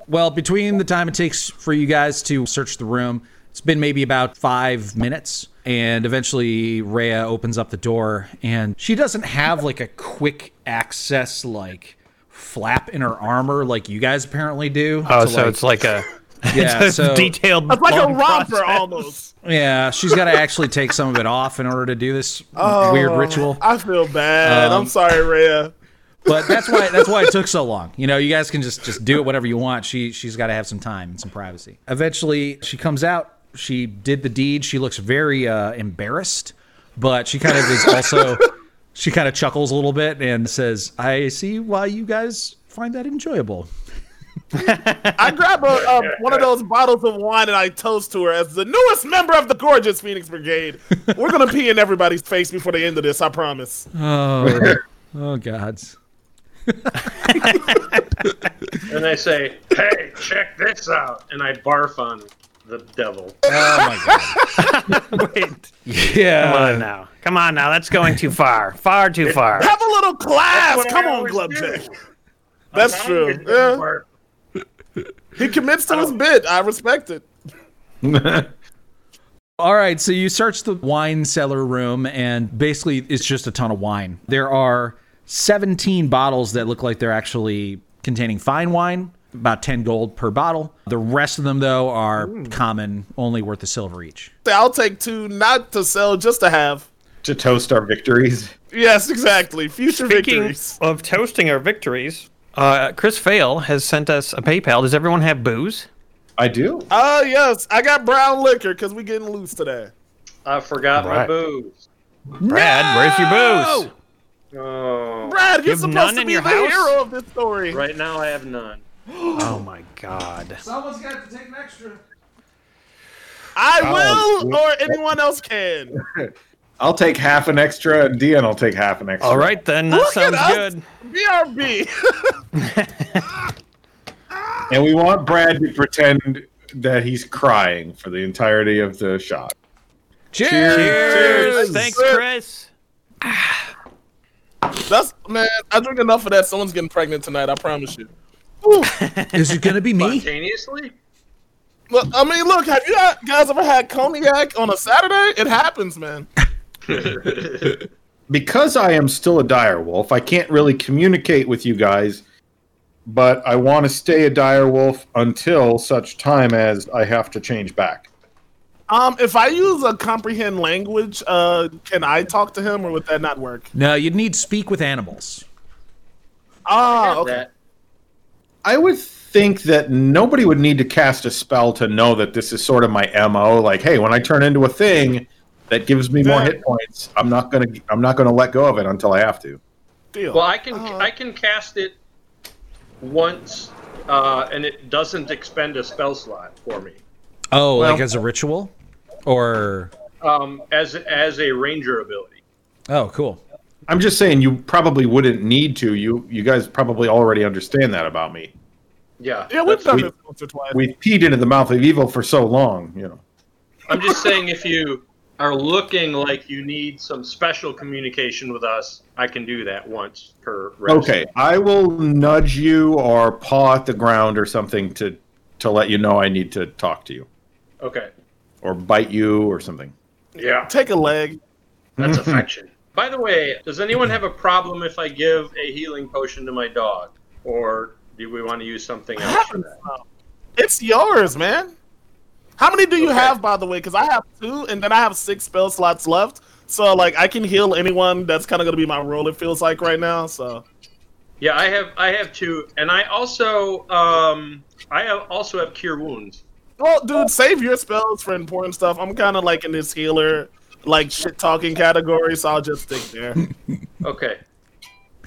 Well, between the time it takes for you guys to search the room, it's been maybe about five minutes. And eventually, Rhea opens up the door, and she doesn't have like a quick access, like flap in her armor like you guys apparently do.
Oh,
to,
so it's like a (laughs)
yeah,
it's
so,
detailed.
It's like a
long
romper
process.
almost.
yeah, she's got to actually take some of it off in order to do this
Oh,
weird ritual.
I feel bad.
Um,
I'm sorry, Rhea.
But that's why that's why it took so long. You know, you guys can just just do it whatever you want. She she's got to have some time and some privacy. Eventually, she comes out. She did the deed. She looks very uh, embarrassed, but she kind of is also (laughs) she kind of chuckles a little bit and says, "I see why you guys find that enjoyable."
I grab a, uh,
(laughs)
one of those bottles of wine and I toast to her as the newest member of the gorgeous Phoenix Brigade. We're gonna pee in everybody's face before the end of this. I promise.
Oh, oh gods.
And I say, hey, check this out. And I barf on the devil.
Wait,
Yeah.
come on now, come on now. That's going too far, far too far.
Have a little class.
That's what
Come
I
on,
always
Glubjack.
do.
That's true. Yeah.
Barf.
He commits to his
Oh.
bid. I respect it.
All right, so you search the wine cellar room, and basically it's just a ton of wine. There are 17 bottles that look like they're actually containing fine wine, about 10 gold per bottle. The rest of them, though, are common, only worth a silver each.
I'll take two, not to sell, just to have.
to toast our victories.
Yes, exactly. Future
Speaking
victories.
of toasting our victories, uh, Chris Fail has sent us a PayPal. Does everyone have booze?
I do.
Oh yes, I got brown liquor because we getting loose today.
I forgot my
Right.
booze.
Brad, where's your booze?
Oh,
Brad, you're
have none
supposed to
in
be the
your house?
hero of this story.
right now I have none.
Oh my God!
Someone's got to take an extra.
I will, or anyone else can.
I'll take half an extra, and Dion will take half an extra.
All right then, that
Look at
sounds
us.
good.
(laughs) BRB.
And we want Brad to pretend that he's crying for the entirety of the shot.
Cheers!
Cheers! Thanks, Chris.
That's man. I drink enough of that. Someone's getting pregnant tonight. I promise you.
(laughs) Is it going to be me?
Spontaneously?
Look, I mean, look. Have you guys ever had cognac on a Saturday? It happens, man.
because I am still a dire wolf, I can't really communicate with you guys, but I want to stay a dire wolf until such time as I have to change back.
Um, if I use a comprehend language, uh, can I talk to him, or would that not work?
(laughs) No, you'd need speak with animals.
Ah, okay.
That.
I would think that nobody would need to cast a spell to know that this is sort of my MO like hey when I turn into a thing that gives me more
Yeah.
hit points I'm not going to I'm not going to let go of it until I have to.
Deal.
Well, I can
Uh-huh.
I can cast it once, uh, and it doesn't expend a spell slot for me.
Oh, like
Well-
as a ritual? Or.
Um, as as a ranger ability.
Oh, cool.
I'm just saying you probably wouldn't need to. You you guys probably already understand that about me.
Yeah.
yeah, we've
that's-
done
we-
this once or twice.
We've peed into the mouth of evil for so long, you know.
I'm just saying if you are looking like you need some special communication with us, I can do that once per rest.
Okay, I will nudge you or paw at the ground or something to to let you know I need to talk to you
Okay.
or bite you or something.
Yeah.
Take a leg.
That's affection. By the way, does anyone have a problem if I give a healing potion to my dog? or do we want to use something else? for
Heavens,
that?
no. (laughs) It's yours, man. How many do you
Okay.
have, by the way? Because I have two, and then I have six spell slots left. So, like, I can heal anyone. That's kind of going to be my role, it feels like, right now. So,
Yeah, I have I have two, and I also um I have, also have cure wounds.
well, dude, save your spells for important stuff. I'm kind of like in this healer, like, shit talking category, so I'll just stick there.
Okay,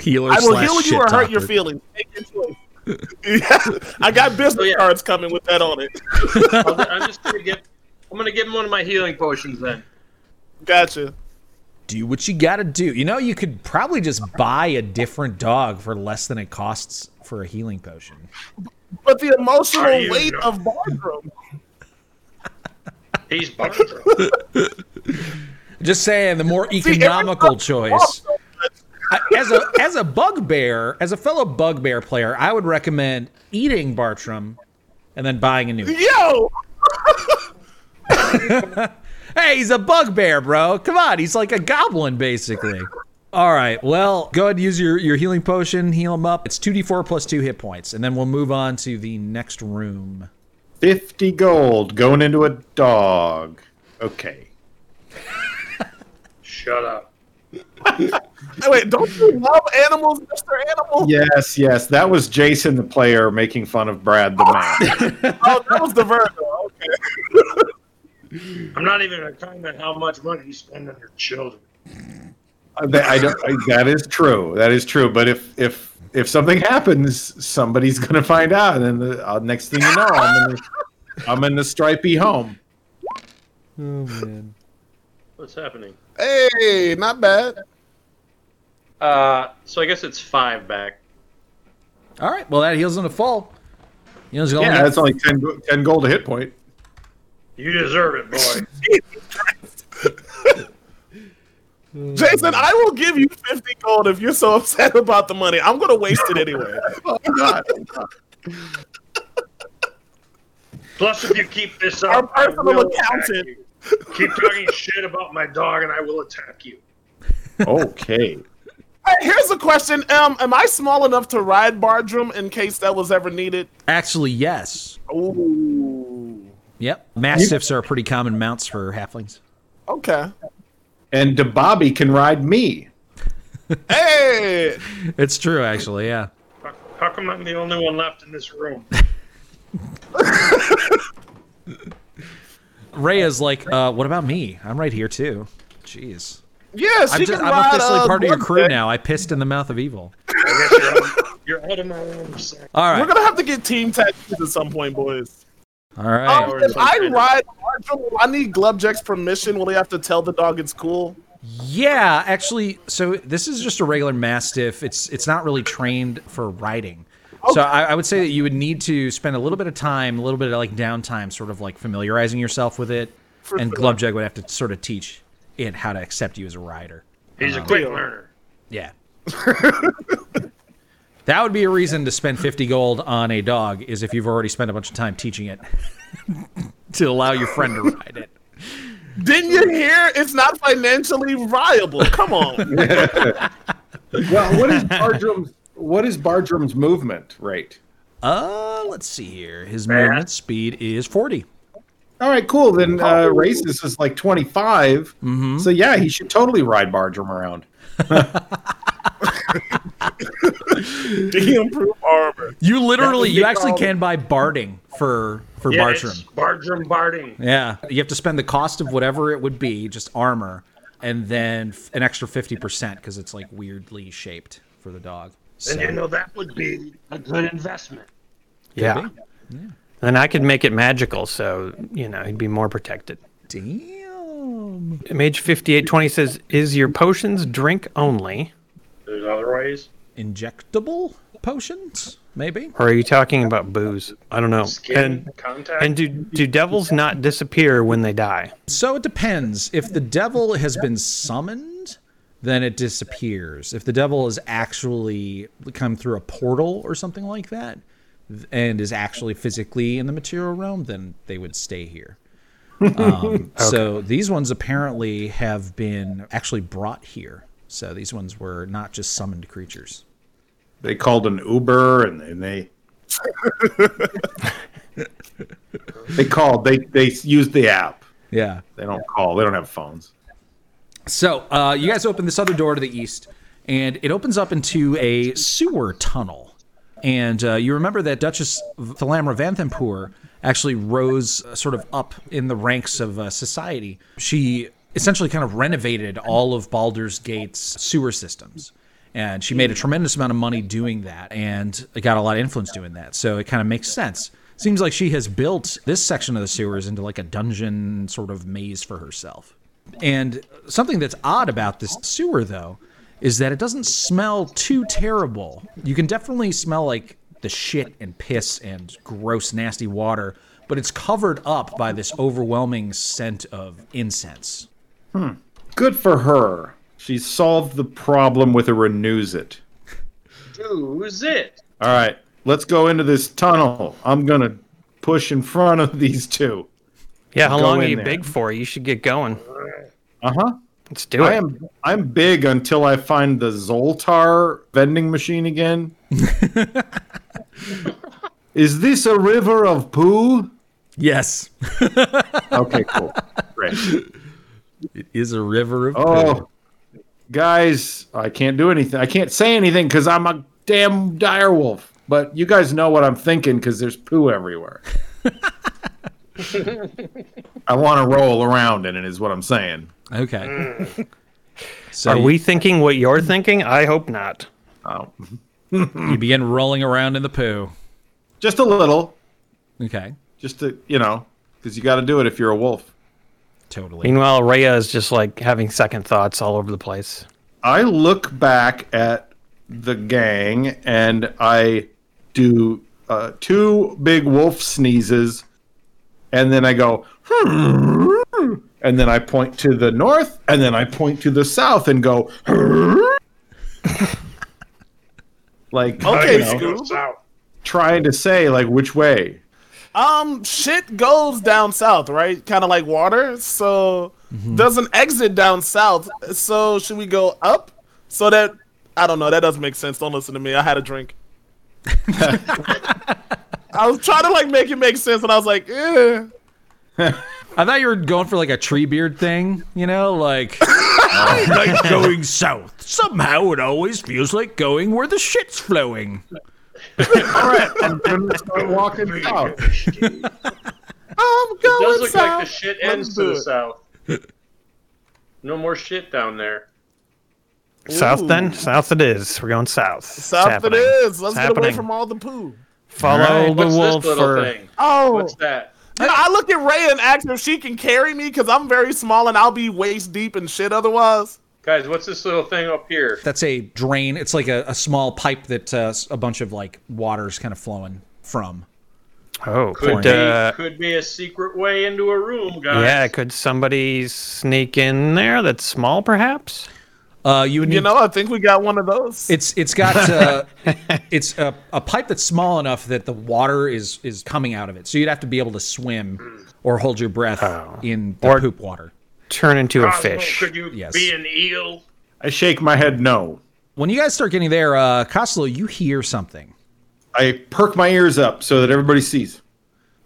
Healer
I will
slash
heal
shit
you or hurt your
talker.
feelings. Make your choice. yeah, (laughs) I got business
Oh, yeah.
cards coming with that on it.
I'll- I'm just gonna give I'm gonna give him one of my healing potions then.
Gotcha.
do what you gotta do. You know, you could probably just buy a different dog for less than it costs for a healing potion.
But the emotional
Are you-
weight of Bardrum.
He's bugged.
Just saying, the more
every
economical
dog-
choice. I- as a as a bugbear, as a fellow bugbear player, I would recommend eating Bartram and then buying a new. one.
(laughs) Yo!
Hey, he's a bugbear, bro. Come on, he's like a goblin basically. All right, well, go ahead and use your, your healing potion, heal him up. It's 2d4 plus 2 hit points, and then we'll move on to the next room.
50 gold going into a dog. Okay.
Shut up.
Wait, don't you love animals, Mr. Animal?
Yes, yes. That was Jason, the player, making fun of Brad, the man.
Oh, that was the Virgo. Okay.
I'm not even gonna comment how much money you spend on your children.
I- I don't, I- that is true. That is true. But if, if, if something happens, somebody's (laughs) going to find out. And then the uh, next thing you know, I'm in the, I'm in the stripey home.
What's happening?
Hey, not bad.
Uh, so I guess it's five back.
All right, well, that heals him to full. You know, he's only
Yeah, that's only 10, go- 10 gold a hit point.
You deserve it, boy.
Jason, I will give you 50 gold if you're so upset about the money. I'm going to waste it anyway. (laughs)
Plus, if you keep this up,
Our
I
personal
will attack
accountant.
you. Keep talking shit about my dog, and I will attack you.
Okay.
Hey, here's a question. Um, am I small enough to ride Bardrum in case that was ever needed?
actually, yes.
Ooh.
Yep. Mastiffs are pretty common mounts for halflings.
Okay.
And Bobby can ride me.
Hey!
It's true, actually, yeah.
How, how come I'm the only one left in this room?
Rhea's like, uh, what about me? I'm right here, too. Jeez.
Yeah, she
I'm, just,
can
I'm
ride,
officially
uh,
part of your
Bardrum.
crew now. I pissed in the mouth of evil.
You're out of my own sack.
All
We're
right.
going to have to get team tattoos at some point, boys.
All right.
Um,
Or
if
some
I
kind of-
ride Bardrum, will I need Glubjack's permission. Will he have to tell the dog it's cool?
Yeah, actually, so this is just a regular mastiff. It's it's not really trained for riding. So I, I would say that you would need to spend a little bit of time, a little bit of like downtime, sort of like familiarizing yourself with it. and
sure.
Glubjug would have to sort of teach it how to accept you as a rider.
He's a quick learner.
Yeah. (laughs) that would be a reason to spend 50 gold on a dog is if you've already spent a bunch of time teaching it (laughs) to allow your friend to ride it.
Didn't you hear? It's not financially viable. Come on.
Well, what is Bardrum's, what is Bardrum's movement rate?
Uh, let's see here. His movement speed is 40.
All right, cool. Then uh, Racist is like 25. So, yeah, he should totally ride Bardrum around.
Did he improve armor?
You literally,
be
you actually
called-
can buy barding for for
Yeah,
Bartram.
it's Bartram Barding.
Yeah, you have to spend the cost of whatever it would be, just armor, and then f- an extra fifty percent because it's like weirdly shaped for the dog. So,
And you know that would be a good investment.
Yeah. And I could make it magical, so you know he'd be more protected.
damn.
Mage fifty-eight twenty says, "Is your potions drink only,
There's other ways.
Injectable potions, maybe.
or are you talking about booze? I don't know."
Skin
And
contact.
and do do devils not disappear when they die?
So it depends. If the devil has been summoned, then it disappears. If the devil has actually come through a portal or something like that, th- and is actually physically in the material realm, then they would stay here. Um, So these ones apparently have been actually brought here. So these ones were not just summoned creatures.
They called an Uber and, and they (laughs) they called. They they used the app.
Yeah.
They don't call. They don't have phones.
So uh, you guys open this other door to the east, and it opens up into a sewer tunnel. And uh, you remember that Duchess Thalamra Vanthampur actually rose uh, sort of up in the ranks of uh, society. She essentially kind of renovated all of Baldur's Gate's sewer systems. And she made a tremendous amount of money doing that and got a lot of influence doing that. So it kind of makes sense. Seems like she has built this section of the sewers into like a dungeon sort of maze for herself. And something that's odd about this sewer, though, is that it doesn't smell too terrible. You can definitely smell like the shit and piss and gross, nasty water, but it's covered up by this overwhelming scent of incense.
Good for her. She solved the problem with a renews it.
Who's it?
All right, let's go into this tunnel. I'm gonna push in front of these two.
Yeah, how
Go
long are
in
you
there.
big for? You should get going.
Uh huh.
Let's do it.
I am I'm big until I find the Zoltar vending machine again. Is this a river of poo?
Yes. (laughs)
Okay, cool. Great.
It is a river of poo.
Oh, guys, I can't do anything. I can't say anything because I'm a damn dire wolf. But you guys know what I'm thinking because there's poo everywhere. (laughs) I want to roll around in it, is what I'm saying.
Okay. So
Are
you-
we thinking what you're thinking? I hope not.
Oh,
you begin rolling around in the poo.
just a little,
Okay.
just to you know, because you got to do it if you're a wolf.
Totally.
Meanwhile, Rhea is just like having second thoughts all over the place.
I look back at the gang and I do uh, two big wolf sneezes, and then I go, (laughs) and then I point to the north, and then I point to the south, and go, (laughs) like okay,
Okay,
you know,
Scoop.
trying to say like which way.
Um, shit goes down south, right? Kind of like water. So
Mm-hmm.
doesn't exit down south. So should we go up? So that I don't know. That doesn't make sense. Don't listen to me. I had
(laughs)
a drink. I was trying to like make it make sense, and I was like, eh.
I thought you were going for like a tree beard thing, you know, like (laughs) I like going south. Somehow it always feels like going where the shit's flowing.
All (laughs) right, I'm gonna start walking south.
I'm
It does
going
look
south.
like the shit
Let's
ends to
do
the
it.
south. No more shit down there.
South,
Ooh.
then south it is. We're going south. It's
South it
happening.
is. Let's
It's
get away
happening.
from all the poo.
Follow
All right,
the
What's
wolf
this little
for.
thing?
Oh,
What's that?
Yeah, I look at Ray and ask if she can carry me because I'm very small and I'll be waist deep and shit otherwise.
Guys, what's this little thing up here?
That's a drain. It's like a, a small pipe that uh, s- a bunch of like water's kind of flowing from.
Oh,
Could
could,
be,
uh,
could be a secret way into a room, guys.
yeah, could somebody sneak in there? That's small, perhaps.
Uh, you would need
You know, I think we got one of those.
It's it's got
(laughs)
uh, it's a, a pipe that's small enough that the water is is coming out of it. So you'd have to be able to swim or hold your breath
Oh.
in the
Or-
poop water.
Turn into a
Cosmo,
fish.
Could you
Yes.
be an eel?
I shake my head no.
When you guys start getting there, uh, Costello, you hear something.
I perk my ears up so that everybody sees.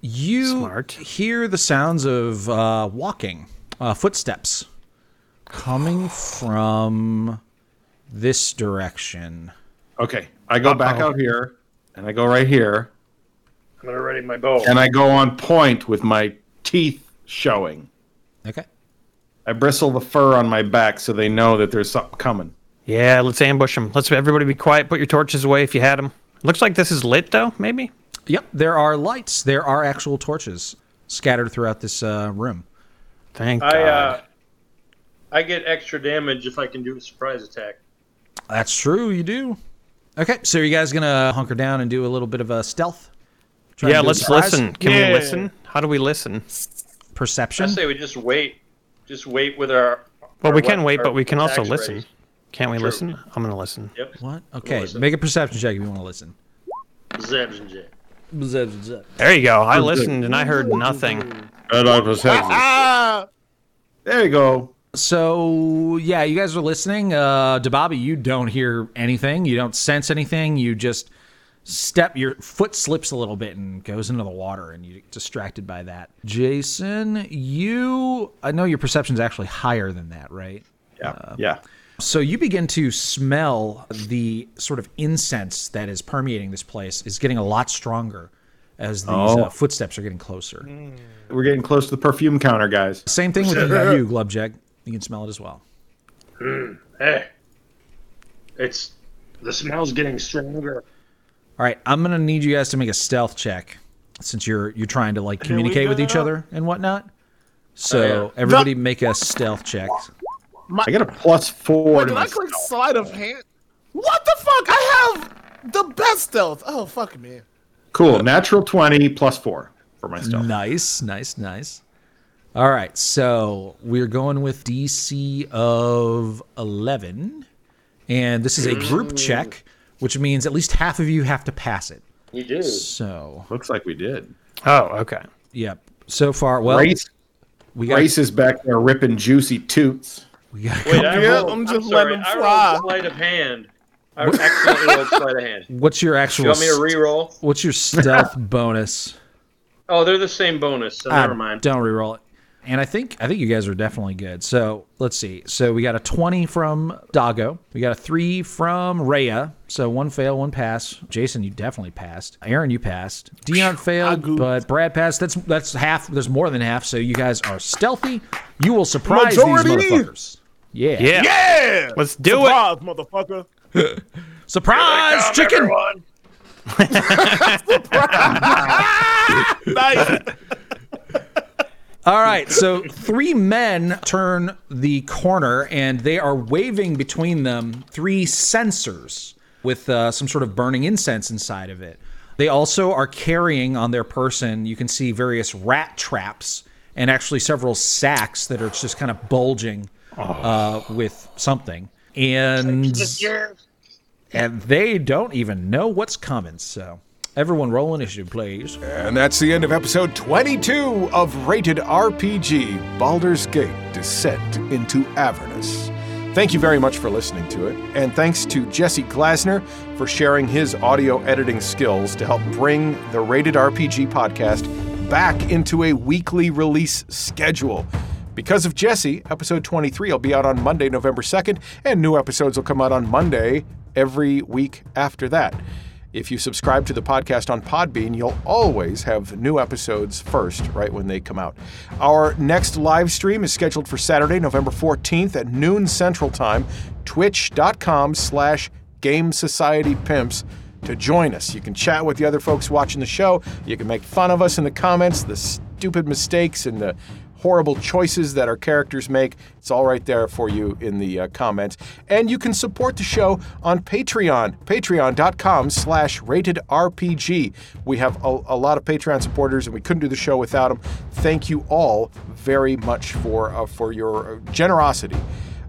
You
Smart.
hear the sounds of uh, walking, uh, footsteps coming from this direction.
Okay, I go back out here, and I go right here,
I'm gonna ready my bow.
and I go on point with my teeth showing.
Okay.
I bristle the fur on my back so they know that there's something coming.
Yeah, let's ambush them. Let's everybody be quiet. Put your torches away if you had them. Looks like this is lit though. Maybe.
Yep. There are lights. There are actual torches scattered throughout this uh, room.
Thank
I
God.
uh, I get extra damage if I can do a surprise attack.
That's true. You do. Okay, so you guys gonna hunker down and do a little bit of a stealth? Try
yeah,
and do a
let's
surprise?
listen. Can
Yeah.
we listen? How do we listen?
Perception.
I say we just wait, just wait with our.
Well,
our
we can
wep-
wait,
our
but we can also
attacks
listen.
raised.
Can't we
True.
listen? I'm gonna listen.
Yep.
What? Okay,
listen.
make a perception check if you want to listen.
Zabs and Jay.
There you go. I listened and I heard nothing.
And I was
ah,
(laughs) There you go.
So yeah, you guys are listening. Uh Dababi, you don't hear anything. You don't sense anything. You just step your foot slips a little bit and goes into the water and you get distracted by that. Jason, you I know your perception's actually higher than that, right?
Yeah. yeah.
So you begin to smell the sort of incense that is permeating this place is getting a lot stronger as these
Oh.
uh, footsteps are getting closer.
We're getting close to the perfume counter, guys.
Same thing with you, Glubjeg. You can smell it as well.
Hey, it's the smell's getting stronger.
All right, I'm gonna need you guys to make a stealth check since you're you're trying to like communicate with each other and whatnot. So everybody make a stealth check.
I got a plus four. to
Did
my
I click sleight of hand? What the fuck? I have the best stealth. Oh fuck, man.
Cool. Natural 20 plus four for my stealth.
Nice, nice, nice. All right, so we're going with DC of 11, and this is a group check, which means at least half of you have to pass it.
You do.
So,
Looks like we did.
Oh, okay.
yep. So far, well,
Race,
we got
Race is back there ripping juicy toots.
we got
Wait, I
Yeah,
rolled,
I'm
I'm
just
sorry,
letting
I
fly.
rolled sleight of hand.
(laughs)
I accidentally rolled sleight of hand.
What's your actual
You want me to
st-
re-roll?
What's your stealth bonus?
Oh, they're the same bonus, so
Ah,
never mind.
Don't reroll it. And I think I think you guys are definitely good. So let's see. So we got a twenty from Dago. We got a three from Rhea. So one fail, one pass. Jason, you definitely passed. Aaron, you passed. Dion failed,
goofed.
but Brad passed. That's that's half. There's more than half. So you guys are stealthy. You will surprise
Majority.
these motherfuckers. Yeah.
Yeah.
Yeah.
Let's do it.
Surprise, motherfucker.
Surprise chicken.
Everyone.
(laughs) Nice.
All right, so three men turn the corner and they are waving between them three sensors with uh, some sort of burning incense inside of it. They also are carrying on their person, you can see various rat traps and actually several sacks that are just kind of bulging uh, with something. And, and they don't even know what's coming, so everyone roll initiative, please.
And that's the end of episode 22 of Rated RPG Baldur's Gate Descent into Avernus. Thank you very much for listening to it, and thanks to Jesse Glasner for sharing his audio editing skills to help bring the Rated RPG podcast back into a weekly release schedule. Because of Jesse, episode 23 will be out on Monday, November 2nd, and new episodes will come out on Monday every week after that. If you subscribe to the podcast on Podbean, you'll always have new episodes first, right when they come out. Our next live stream is scheduled for Saturday, November 14th at noon Central Time, twitch.com slash Game Society Pimps to join us. You can chat with the other folks watching the show. You can make fun of us in the comments, the stupid mistakes and the horrible choices that our characters make. It's all right there for you in the uh, comments. And you can support the show on Patreon, patreon.com slash rated RPG. We have a, a lot of Patreon supporters and we couldn't do the show without them. Thank you all very much for, uh, for your uh, generosity.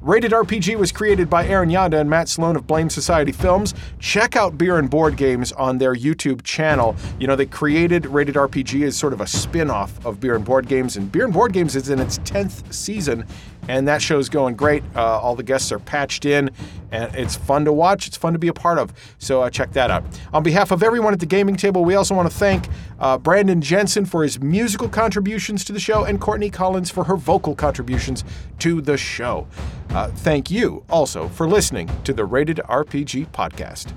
Rated RPG was created by Aaron Yanda and Matt Sloan of Blame Society Films. Check out Beer and Board Games on their YouTube channel. You know, they created Rated RPG as sort of a spin off of Beer and Board Games, and Beer and Board Games is in its 10th season, and that show's going great. Uh, all the guests are patched in, and it's fun to watch. It's fun to be a part of. So uh, check that out. On behalf of everyone at the gaming table, we also want to thank uh, Brandon Jensen for his musical contributions to the show and Courtney Collins for her vocal contributions to the show. Uh, thank you also for listening to the Rated RPG podcast.